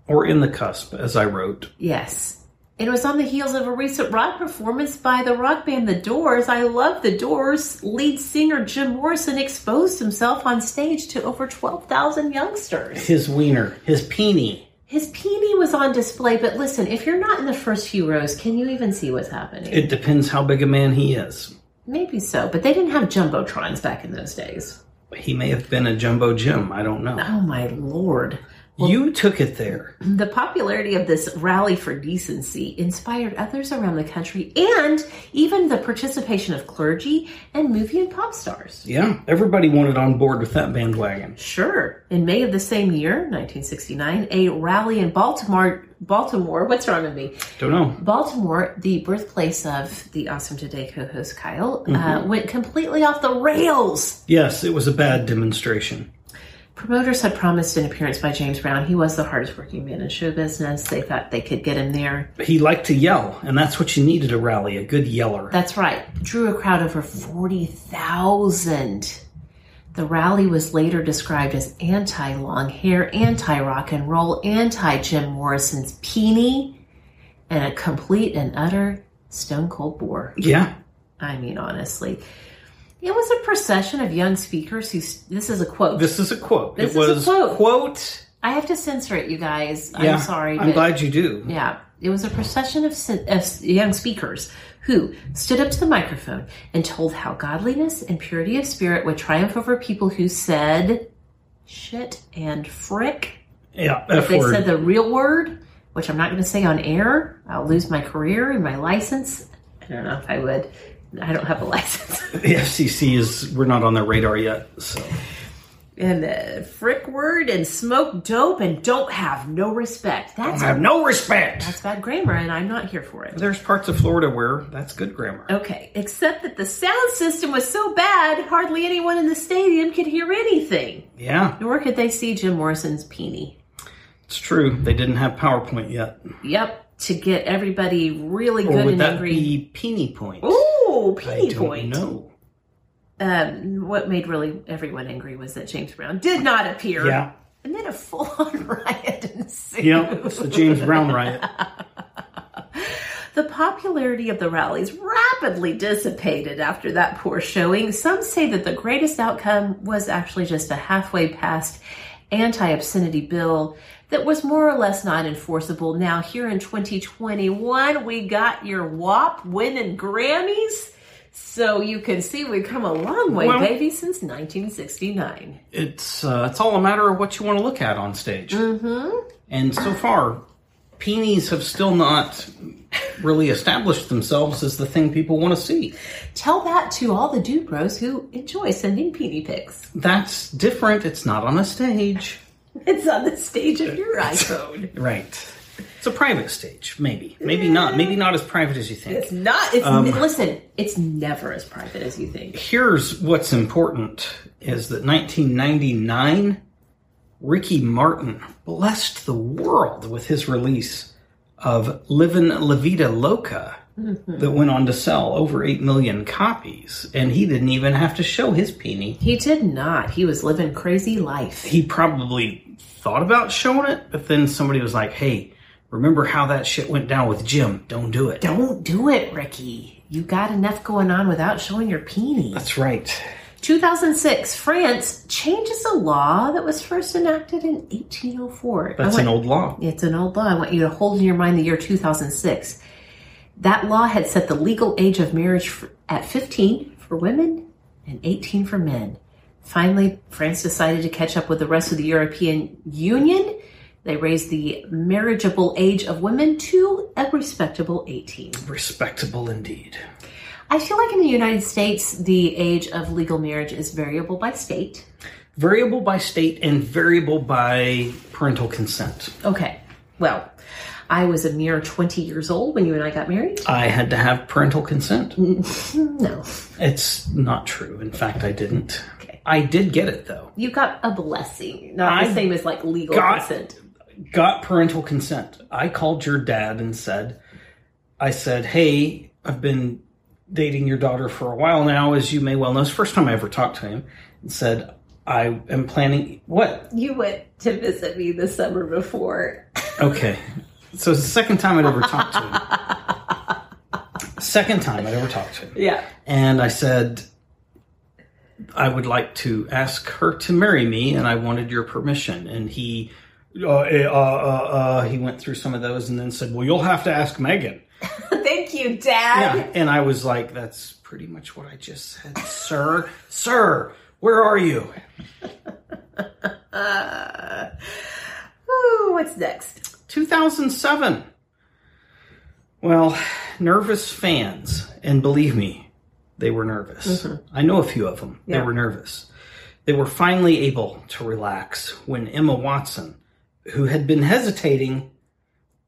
D: Or in the cusp, as I wrote.
C: Yes. It was on the heels of a recent rock performance by the rock band The Doors. I love The Doors. Lead singer Jim Morrison exposed himself on stage to over 12,000 youngsters.
D: His wiener, his peenie.
C: His peenie was on display, but listen, if you're not in the first few rows, can you even see what's happening?
D: It depends how big a man he is.
C: Maybe so, but they didn't have jumbotrons back in those days.
D: He may have been a jumbo Jim. I don't know.
C: Oh my lord.
D: you took it there.
C: The popularity of this rally for decency inspired others around the country and even the participation of clergy and movie and pop stars.
D: Yeah, everybody wanted on board with that bandwagon.
C: Sure. In May of the same year, 1969, a rally in Baltimore, Baltimore, what's wrong with me?
D: Don't know.
C: Baltimore, the birthplace of the Awesome Today co host Kyle, uh, went completely off the rails.
D: Yes, it was a bad demonstration.
C: Promoters had promised an appearance by James Brown. He was the hardest working man in show business. They thought they could get him there.
D: He liked to yell, and that's what you needed a rally, a good yeller.
C: That's right, drew a crowd over 40,000. The rally was later described as anti long hair, anti rock and roll, anti Jim Morrison's peenie, and a complete and utter stone cold bore.
D: yeah.
C: I mean, honestly. It was a procession of young speakers who, s- this is a quote.
D: This is a quote.
C: This
D: it
C: is a
D: was
C: quote.
D: quote
C: I have to censor it, you guys.
D: Yeah,
C: I'm sorry.
D: I'm
C: but-
D: glad you do.
C: Yeah, it was a procession of, sin- of s- young speakers who stood up to the microphone and told how godliness and purity of spirit would triumph over people who said shit and frick.
D: Yeah, F
C: They
D: word.
C: said the real word, which I'm not going to say on air. I'll lose my career and my license. I don't know if I would. I don't have a license.
D: the FCC is, we're not on their radar yet, so.
C: and the frick word and smoke dope and don't have no respect. That's
D: I have no respect.
C: that's bad grammar, and I'm not here for it.
D: There's parts of Florida where that's good grammar.
C: Okay, except that the sound system was so bad, hardly anyone in the stadium could hear anything.
D: Yeah,
C: Nor could they see Jim Morrison's peenie.
D: it's true. They didn't have PowerPoint yet.
C: Yep, to get everybody really
D: Or
C: good
D: would
C: and
D: that
C: angry.
D: be peony point?
C: Ooh,
D: I
C: peenie
D: don't
C: point.
D: know.
C: Um, what made really everyone angry was that James Brown did not appear.
D: Yeah.
C: And then a full on riot ensued.
D: Yeah, it's the James Brown riot.
C: The popularity of the rallies rapidly dissipated after that poor showing. Some say that the greatest outcome was actually just a halfway passed anti obscenity bill that was more or less not enforceable. Now, here in 2021, we got your WAP winning Grammys. So you can see we've come a long way,
D: Well-
C: baby, since 1969.
D: It's uh, it's all a matter of what you want to look at on stage. Mm-hmm. And so far, peonies have still not really established themselves as the thing people want to see.
C: Tell that to all the dude bros who enjoy sending peenie pics.
D: That's different. It's not on a stage,
C: It's on the stage of your iPhone.
D: right? It's a private stage, maybe, maybe not, maybe not as private as you think.
C: It's not. It's
D: Um,
C: listen. It's never as private as you think.
D: Here's what's important is that 1999 Ricky Martin blessed the world with his release of Livin' La Vida Loca that went on to sell over 8 million copies and he didn't even have to show his peenie.
C: He did not. He was living crazy life.
D: He probably thought about showing it but then somebody was like, "Hey, remember how that shit went down with Jim? Don't do it."
C: Don't do it, Ricky. You got enough going on without showing your peenie.
D: That's right.
C: 2006, France changes a law that was first enacted in 1804. I
D: That's an
C: want-
D: old law.
C: It's an old law. I want you to hold in your mind the year 2006. That law had set the legal age of marriage f at 15 for women and 18 for men. Finally, France decided to catch up with the rest of the European Union. They raised the marriageable age of women to a respectable 18.
D: Respectable indeed.
C: I feel like in the United States, the age of legal marriage is variable by state.
D: variable by state and variable by parental consent.
C: Okay, well, I was a mere 20 years old when you and I got married.
D: I had to have parental consent.
C: Mm, No.
D: It's not true. In fact, I didn't.
C: Okay.
D: I did get it though.
C: You got a blessing, not the
D: I
C: same as like legal
D: got-
C: consent.
D: Got parental consent. I called your dad and said, I said, hey, I've been dating your daughter for a while now, as you may well know. It's the first time I ever talked to him and said, I am planning what?
C: You went to visit me the summer before.
D: Okay. So it's the second time I'd ever talked to him. second time I'd ever talked to him.
C: Yeah.
D: And I said, I would like to ask her to marry me, and I wanted your permission. And he, uh, eh, uh, uh, uh, he went through some of those, and then said, "Well, you'll have to ask Megan."
C: Thank you, Dad.
D: Yeah, and I was like, "That's pretty much what I just said, sir, sir. Where are you?"
C: Ooh, what's next?
D: 2007. Well, nervous fans, and believe me, they were nervous. I know a few of them. They were nervous. They were finally able to relax when Emma Watson, who had been hesitating,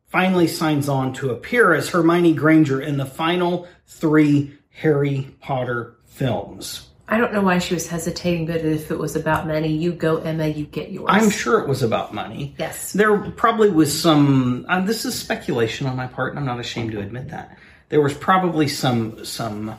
D: finally signs on to appear as Hermione Granger in the final three Harry Potter films.
C: I don't know why she was hesitating, but if it was about money, you go, Emma, you get yours.
D: I'm sure it was about money.
C: Yes.
D: There probably was some. Uh, this is speculation on my part, and I'm not ashamed to admit that. There was probably some some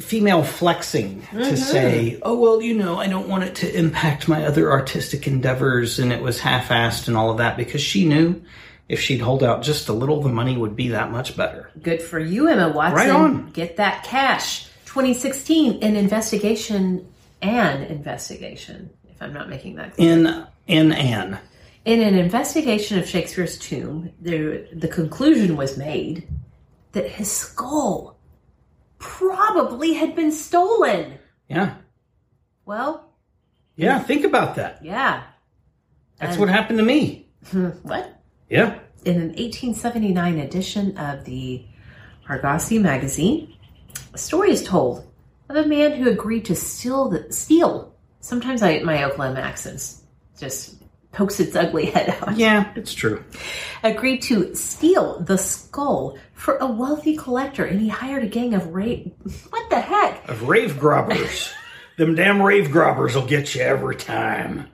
D: female flexing to say, "Oh well, you know, I don't want it to impact my other artistic endeavors," and it was half-assed and all of that because she knew if she'd hold out just a little, the money would be that much better.
C: Good for you, Emma Watson.
D: Right on.
C: Get that cash. 2016, an investigation, an investigation, if I'm not making that clear.
D: In in Anne,
C: In an investigation of Shakespeare's tomb, the, the conclusion was made that his skull probably had been stolen.
D: yeah,
C: Well,
D: yeah. Think about that.
C: yeah.
D: That's what happened to me.
C: What?
D: Yeah.
C: in an 1879 edition of the Argosy magazine, a story is told of a man who agreed to steal. The, steal. Sometimes I, my Oklahoma accents just pokes its ugly head out.
D: Yeah, it's true.
C: Agreed to steal the skull for a wealthy collector, and he hired a gang of rape. What the heck?
D: of rave grobbers. Them damn rave grobbers will get you every time.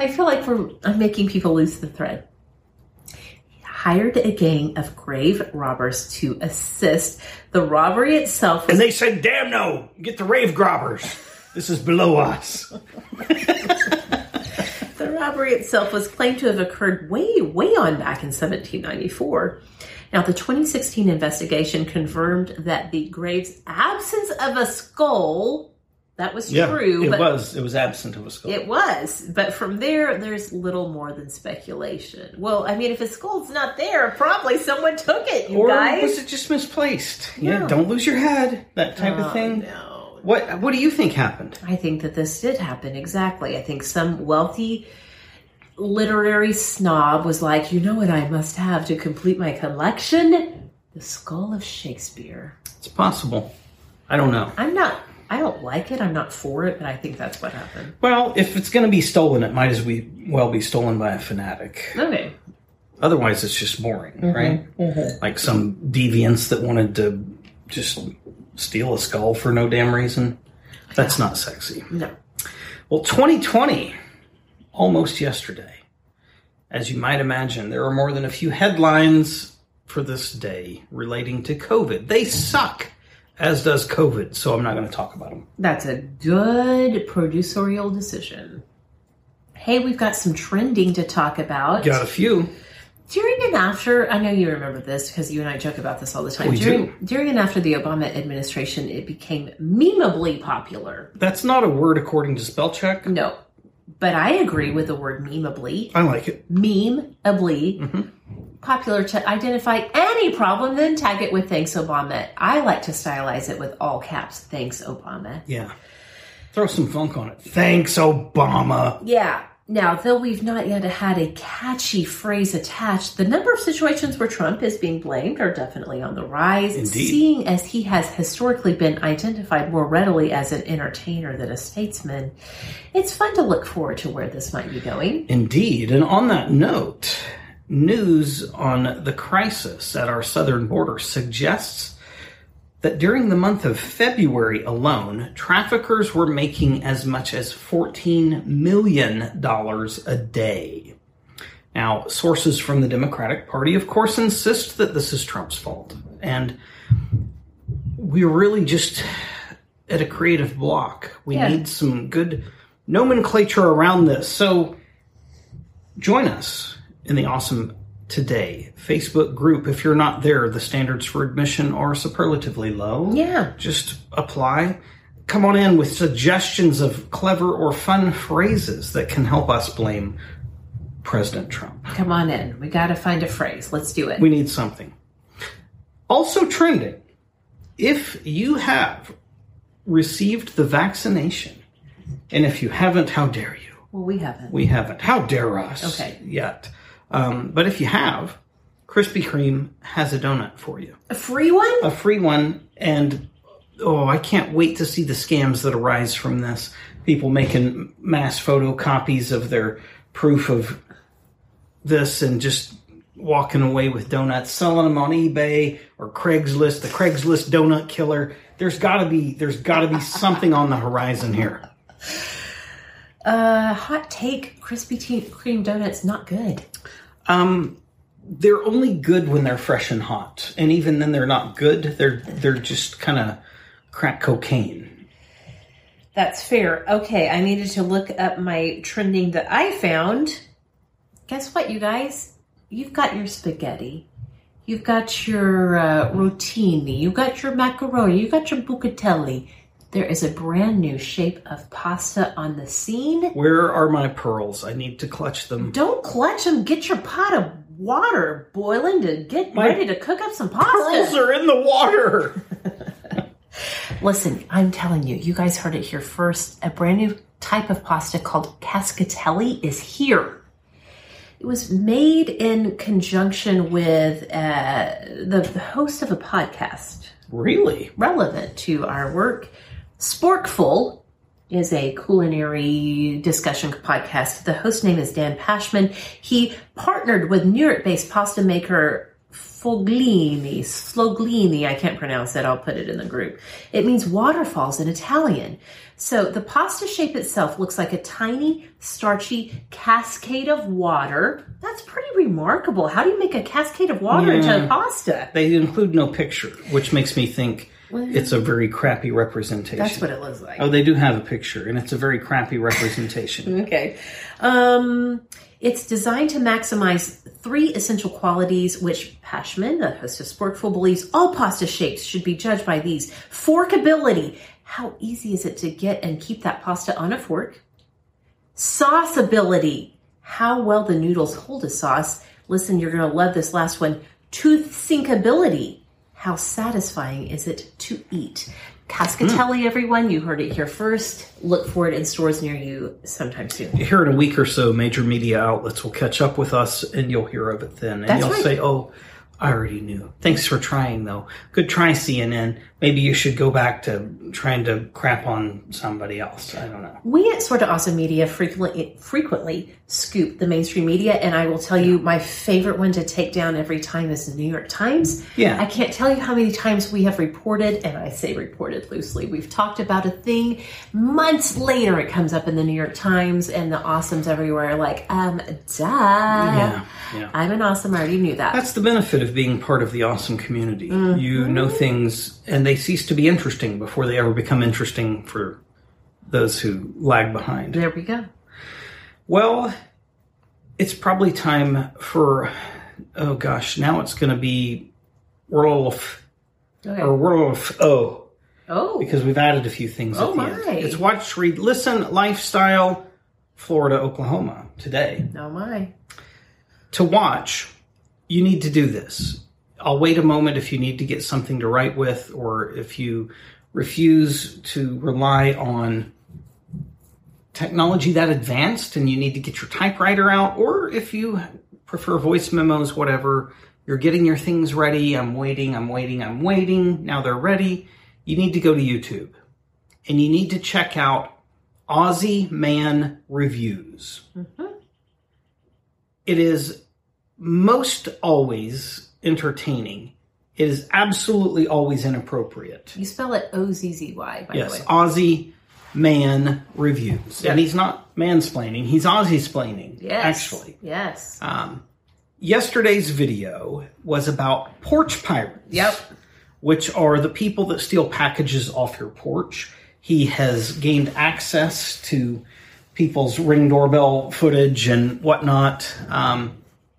C: I feel like we're I'm making people lose the thread. Hired a gang of grave robbers to assist. The robbery itself was
D: And they said, damn no, get the rave grobbers. This is below us.
C: The robbery itself was claimed to have occurred way, way on back in 1794. Now, the 2016 investigation confirmed that the grave's absence of a skull, that was true,
D: it
C: but
D: was. It was absent of a skull.
C: it was. But from there, there's little more than speculation. Well, I mean, if a skull's not there, probably someone took it, you
D: or
C: guys.
D: was it just misplaced? Yeah, don't lose your head. That type of thing.
C: Oh, no.
D: What What do you think happened?
C: I think that this did happen exactly. I think some wealthy literary snob was like, you know what I must have to complete my collection? The skull of Shakespeare.
D: It's possible. I don't know.
C: I'm not I don't like it, I'm not for it, but I think that's what happened.
D: Well, if it's going to be stolen, it might as we- well be stolen by a fanatic.
C: Okay.
D: Otherwise, it's just boring, right? Like some deviants that wanted to just steal a skull for no damn reason. That's not sexy.
C: No.
D: Well, 2020, almost yesterday, as you might imagine, there are more than a few headlines for this day relating to COVID. They suck, as does COVID, so I'm not going to talk about them.
C: That's a good producerial decision. Hey, we've got some trending to talk about.
D: Got a few.
C: During and after, I know you remember this because you and I joke about this all the time.
D: We do.
C: during, during and after the Obama administration, it became memeably popular.
D: That's not a word according to spell check.
C: No, but I agree with the word memeably.
D: I like it.
C: Memeably.
D: Mm-hmm.
C: Popular to identify any problem, then tag it with thanks Obama. I like to stylize it with all caps, thanks Obama.
D: Yeah. Throw some funk on it. Thanks, Obama.
C: Yeah. Now, though we've not yet had a catchy phrase attached, the number of situations where Trump is being blamed are definitely on the rise,
D: Indeed.
C: seeing as he has historically been identified more readily as an entertainer than a statesman. It's fun to look forward to where this might be going.
D: Indeed. And on that note, news on the crisis at our southern border suggests that during the month of February alone, traffickers were making as much as $14 million a day. Now, sources from the Democratic Party, of course, insist that this is Trump's fault. And we're really just at a creative block. We
C: Yeah.
D: need some good nomenclature around this. So join us in the awesome today Facebook group. If you're not there, the standards for admission are superlatively low.
C: Yeah.
D: Just apply. Come on in with suggestions of clever or fun phrases that can help us blame President Trump.
C: Come on in. We got to find a phrase. Let's do it.
D: We need something. Also trending. If you have received the vaccination, and if you haven't, how dare you?
C: well, we haven't.
D: We haven't. How dare us?
C: Okay.
D: Yet. Um, but if you have, Krispy Kreme has a donut for you,
C: a free one?
D: a free one, and oh, I can't wait to see the scams that arise from this. People making mass photocopies of their proof of this and just walking away with donuts, selling them on eBay or Craigslist, the Craigslist donut killer. There's got to be there's got to be something on the horizon here.
C: Uh, hot take: Krispy Te- Kreme donuts not good.
D: Um, they're only good when they're fresh and hot, and even then they're not good. They're they're just kind of crack cocaine.
C: That's fair. Okay, I needed to look up my trending that I found. Guess what, you guys? You've got your spaghetti. You've got your uh, rotini. You've got your macaroni. You've got your bucatelli. There is a brand new shape of pasta on the scene.
D: Where are my pearls? I need to clutch them.
C: Don't clutch them. Get your pot of water boiling to get
D: My
C: ready to cook up some pasta.
D: Pearls are in the water.
C: Listen, I'm telling you, you guys heard it here first. A brand new type of pasta called cascatelli is here. It was made in conjunction with uh, the, the host of a podcast
D: really?
C: relevant to our work. Sporkful is a culinary discussion podcast. The host name is Dan Pashman. He partnered with New York based pasta maker Foglini, Sloglini, I can't pronounce it, I'll put it in the group. It means waterfalls in Italian. So the pasta shape itself looks like a tiny, starchy cascade of water. That's pretty remarkable. How do you make a cascade of water into a pasta?
D: They include no picture, which makes me think it's a very crappy representation.
C: That's what it looks like.
D: Oh, they do have a picture, and it's a very crappy representation.
C: Okay. Um, it's designed to maximize three essential qualities, which Pashman, the host of Sporkful, believes all pasta shapes should be judged by these. Forkability. How easy is it to get and keep that pasta on a fork? Sauceability. How well the noodles hold a sauce. Listen, you're going to love this last one. Tooth sinkability. How satisfying is it to eat? Cascatelli, everyone, you heard it here first. Look for it in stores near you sometime soon.
D: Here in a week or so, major media outlets will catch up with us, and you'll hear of it then. And
C: That's
D: you'll
C: right.
D: say, "Oh, I already knew. Thanks for trying, though. Good try, CNN. Maybe you should go back to trying to crap on somebody else. I don't know."
C: We at Sort of Awesome Media frequently frequently scoop the mainstream media, and I will tell you my favorite one to take down every time is the New York Times.
D: Yeah.
C: I can't tell you how many times we have reported, and I say reported loosely. We've talked about a thing. Months later, it comes up in the New York Times, and the awesomes everywhere are like, um, duh.
D: Yeah, yeah.
C: I'm an awesome. I already knew that.
D: That's the benefit of being part of the awesome community.
C: Mm-hmm.
D: You know things, and they cease to be interesting before they ever become interesting for those who lag behind.
C: there we go.
D: Well, it's probably time for. Oh gosh, now it's going to be Rolf
C: Okay.
D: or Rolf O
C: oh,
D: because we've added a few things.
C: Oh,
D: at the
C: my.
D: End. It's watch, read, listen, lifestyle, Florida, Oklahoma today.
C: oh my.
D: To watch, you need to do this. I'll wait a moment if you need to get something to write with, or if you refuse to rely on technology that advanced and you need to get your typewriter out, or if you prefer voice memos, whatever, you're getting your things ready. I'm waiting, I'm waiting, I'm waiting. Now they're ready. You need to go to YouTube and you need to check out Aussie Man Reviews. It is most always entertaining. It is absolutely always inappropriate.
C: You spell it O Z Z Y, by
D: Yes,
C: the way.
D: Aussie man reviews, and he's not mansplaining; he's Aussie splaining.
C: Yes.
D: actually, Uh.
C: Yes.
D: yesterday's video was about porch pirates.
C: yep.
D: which are the people that steal packages off your porch. He has gained access to people's ring doorbell footage and whatnot. Um,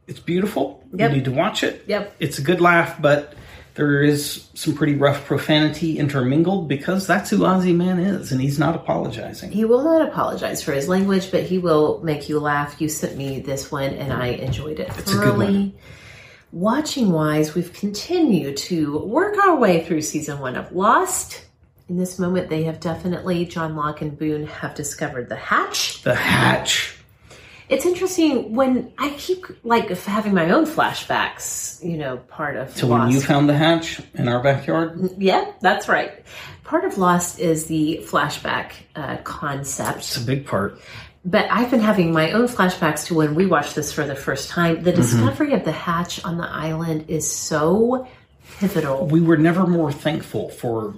D: it's beautiful.
C: Yep.
D: You need to watch it.
C: Yep.
D: It's a good laugh, but there is some pretty rough profanity intermingled because that's who Ozzy Man is, and he's not apologizing.
C: He will not apologize for his language, but he will make you laugh. You sent me this one, and I enjoyed it
D: a good
C: thoroughly. Watching wise, we've continued to work our way through season one of Lost. In this moment, they have definitely, John Locke and Boone have discovered the hatch.
D: The hatch.
C: It's interesting when I keep like f- having my own flashbacks, you know, part of
D: So
C: Lost.
D: when you found the hatch in our backyard,
C: yeah, that's right. Part of Lost is the flashback uh, concept.
D: it's a big part.
C: But I've been having my own flashbacks to when we watched this for the first time. The
D: Mm-hmm.
C: discovery of the hatch on the island is so pivotal.
D: We were never more thankful for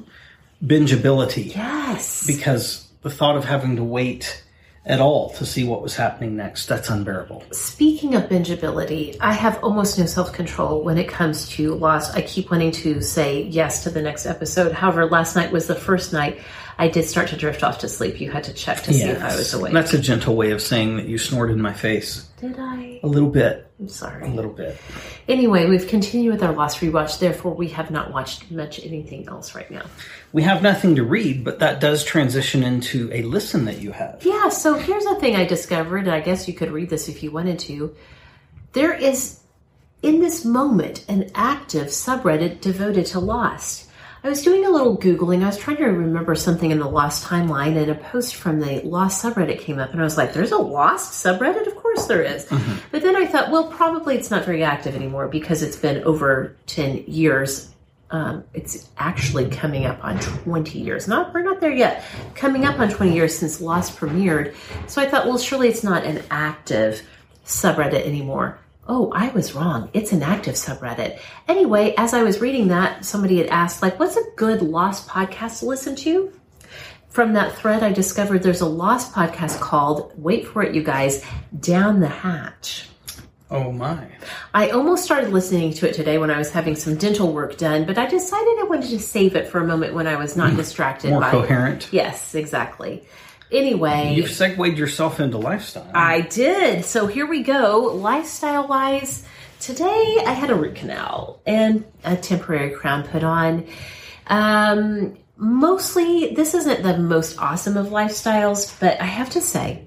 D: bingeability
C: Yes.
D: because the thought of having to wait at all to see what was happening next, that's unbearable.
C: Speaking of bingeability, I have almost no self control when it comes to Lost. I keep wanting to say yes to the next episode. However, last night was the first night I did start to drift off to sleep. You had to check to see if I was awake.
D: That's a gentle way of saying that you snorted in my face.
C: Did I?
D: A little bit.
C: I'm
D: A
C: sorry.
D: little bit.
C: Anyway, we've continued with our Lost rewatch. Therefore, we have not watched much anything else right now.
D: We have nothing to read, but that does transition into a listen that you have.
C: Yeah, so here's a thing I discovered, and I guess you could read this if you wanted to. There is, in this moment, an active subreddit devoted to Lost. I was doing a little Googling. I was trying to remember something in the Lost timeline, and a post from the Lost subreddit came up, and I was like, there's a Lost subreddit? Of course there is." But then I thought, well, probably it's not very active anymore because it's been over 10 years um, it's actually coming up on 20 years. Not we're not there yet. Coming up on 20 years since Lost premiered. So I thought, well, surely it's not an active subreddit anymore. Oh, I was wrong. It's an active subreddit. Anyway, as I was reading that, somebody had asked, like, what's a good Lost podcast to listen to? From that thread, I discovered there's a Lost podcast called, wait for it, you guys, Down the Hatch.
D: Oh my.
C: I almost started listening to it today when I was having some dental work done, but I decided I wanted to save it for a moment when I was not distracted
D: Mm. More
C: by
D: coherent.
C: Yes, exactly. Anyway,
D: You've segued yourself into lifestyle.
C: I did. So here we go. Lifestyle wise, today I had a root canal and a temporary crown put on. Um, mostly, this isn't the most awesome of lifestyles, but I have to say,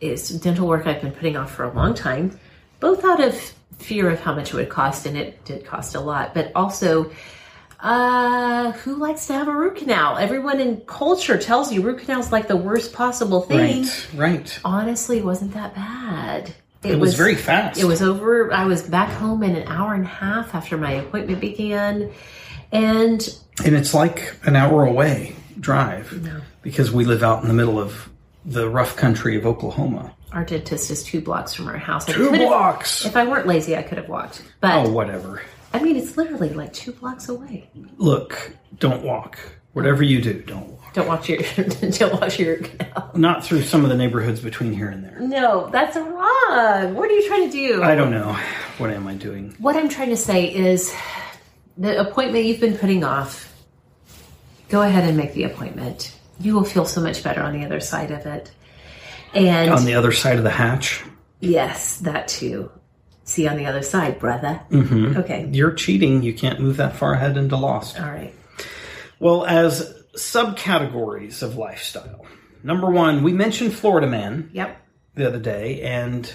C: it's dental work I've been putting off for a long time, both out of fear of how much it would cost, and it did cost a lot, but also uh, who likes to have a root canal? Everyone in culture tells you root canal's like the worst possible thing
D: right, right.
C: honestly it wasn't that bad.
D: It, was, very fast.
C: It was over. I was back home in an hour and a half after my appointment began, and
D: And it's like an hour away drive because we live out in the middle of the rough country of Oklahoma.
C: our dentist is two blocks from our house. I
D: Two
C: could've-
D: blocks.
C: If I weren't lazy, I could have walked. But
D: Oh, whatever.
C: I mean, it's literally like two blocks away.
D: Look, don't walk. Whatever you do, don't walk.
C: Don't watch your don't watch your canal.
D: Not through some of the neighborhoods between here and there.
C: No, that's wrong. What are you trying to do?
D: I don't know. What am I doing?
C: what I'm trying to say is the appointment you've been putting off, go ahead and make the appointment. You will feel so much better on the other side of it. And
D: On the other side of the hatch,
C: yes, that too. See you on the other side, brother. Mm-hmm. Okay.
D: you're cheating. You can't move that far ahead into Lost.
C: All right.
D: Well, as subcategories of lifestyle. Number one, we mentioned Florida Man
C: Yep.
D: the other day, and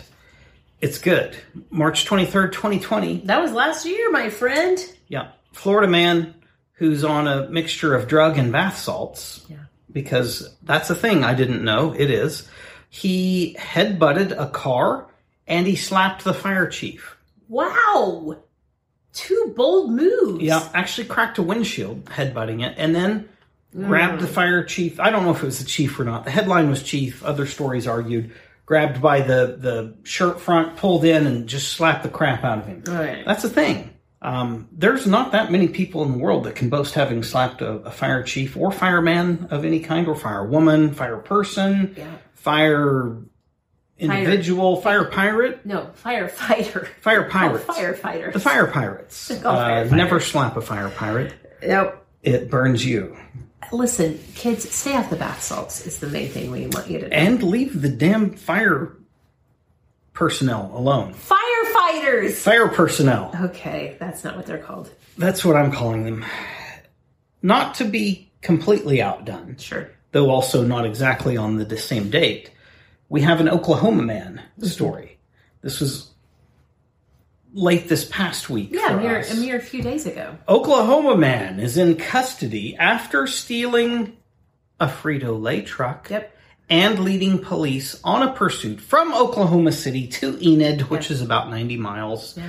D: it's good. March 23rd, 2020.
C: That was last year, my friend.
D: Yeah. Florida Man who's on a mixture of drug and bath salts. Yeah. Because that's a thing I didn't know. It is. He headbutted a car and he slapped the fire chief.
C: Wow. Two bold moves.
D: Yeah, actually cracked a windshield headbutting it, and then grabbed the fire chief. I don't know if it was the chief or not. The headline was chief. Other stories argued. Grabbed by the the shirt front, pulled in, and just slapped the crap out of him.
C: Right.
D: That's a thing. Um, there's not that many people in the world that can boast having slapped a, a fire chief or fireman of any kind, or firewoman, fire person,
C: Yeah.
D: fire individual, fire pirate,
C: No, firefighter.
D: fire pirates,
C: Oh, firefighter.
D: the fire pirates. Uh, never slap a fire pirate.
C: Yep.
D: It burns you.
C: Listen, kids, stay off the bath salts is the main thing we want you to do.
D: And leave the damn fire personnel alone.
C: firefighters.
D: Fire personnel.
C: Okay, that's not what they're called.
D: That's what I'm calling them. Not to be completely outdone,
C: Sure.
D: though also not exactly on the same date, we have an Oklahoma man story. This was late this past week.
C: Yeah,
D: for
C: a mere,
D: us.
C: a mere few days ago.
D: Oklahoma man is in custody after stealing a Frito Lay truck.
C: Yep.
D: And leading police on a pursuit from Oklahoma City to Enid, which is about 90 miles.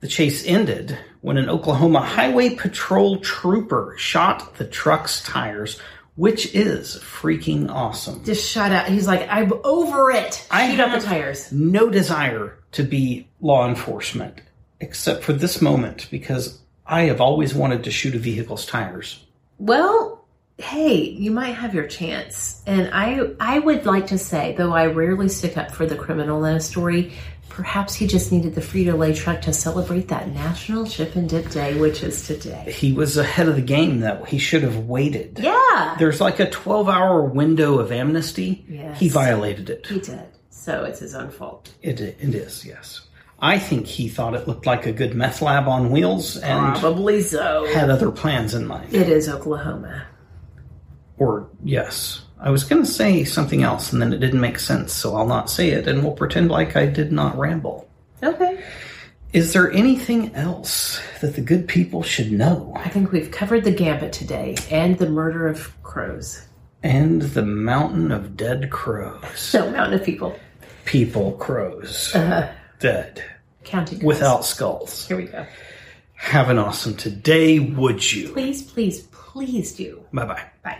D: The chase ended when an Oklahoma Highway Patrol trooper shot the truck's tires, which is freaking awesome.
C: Just shut out. He's like, I'm over it.
D: I
C: Shoot out
D: have-
C: the tires.
D: no desire to be law enforcement except for this moment because I have always wanted to shoot a vehicle's tires.
C: Well, hey, you might have your chance. And I I would like to say, though I rarely stick up for the criminal in a story, perhaps he just needed the Frito Lay truck to celebrate that National Chip and Dip Day, which is today.
D: He was ahead of the game though. He should have waited.
C: Yeah.
D: There's like a 12 hour window of amnesty.
C: Yes.
D: He violated it.
C: He did. So it's his own fault.
D: it. It is, yes. I think he thought it looked like a good meth lab on wheels and
C: Probably so.
D: had other plans in mind.
C: It is Oklahoma.
D: Or, yes. I was going to say something else and then it didn't make sense, so I'll not say it and we'll pretend like I did not ramble.
C: Okay.
D: Is there anything else that the good people should know?
C: I think we've covered the gambit today and the murder of crows.
D: And the mountain of dead crows.
C: So, Uh-huh. mountain of people.
D: People crows. Dead.
C: Counting crows.
D: Without skulls.
C: Here we go.
D: Have an awesome today, would you?
C: Please, please, please do.
D: Bye bye.
C: Bye.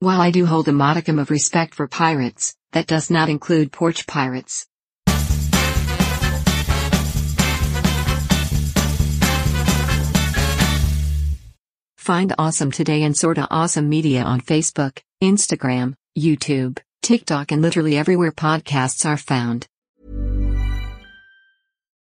B: While I do hold a modicum of respect for pirates, that does not include porch pirates. Find Awesome Today and Sorta Awesome Media on Facebook, Instagram, YouTube, TikTok, and literally everywhere podcasts are found.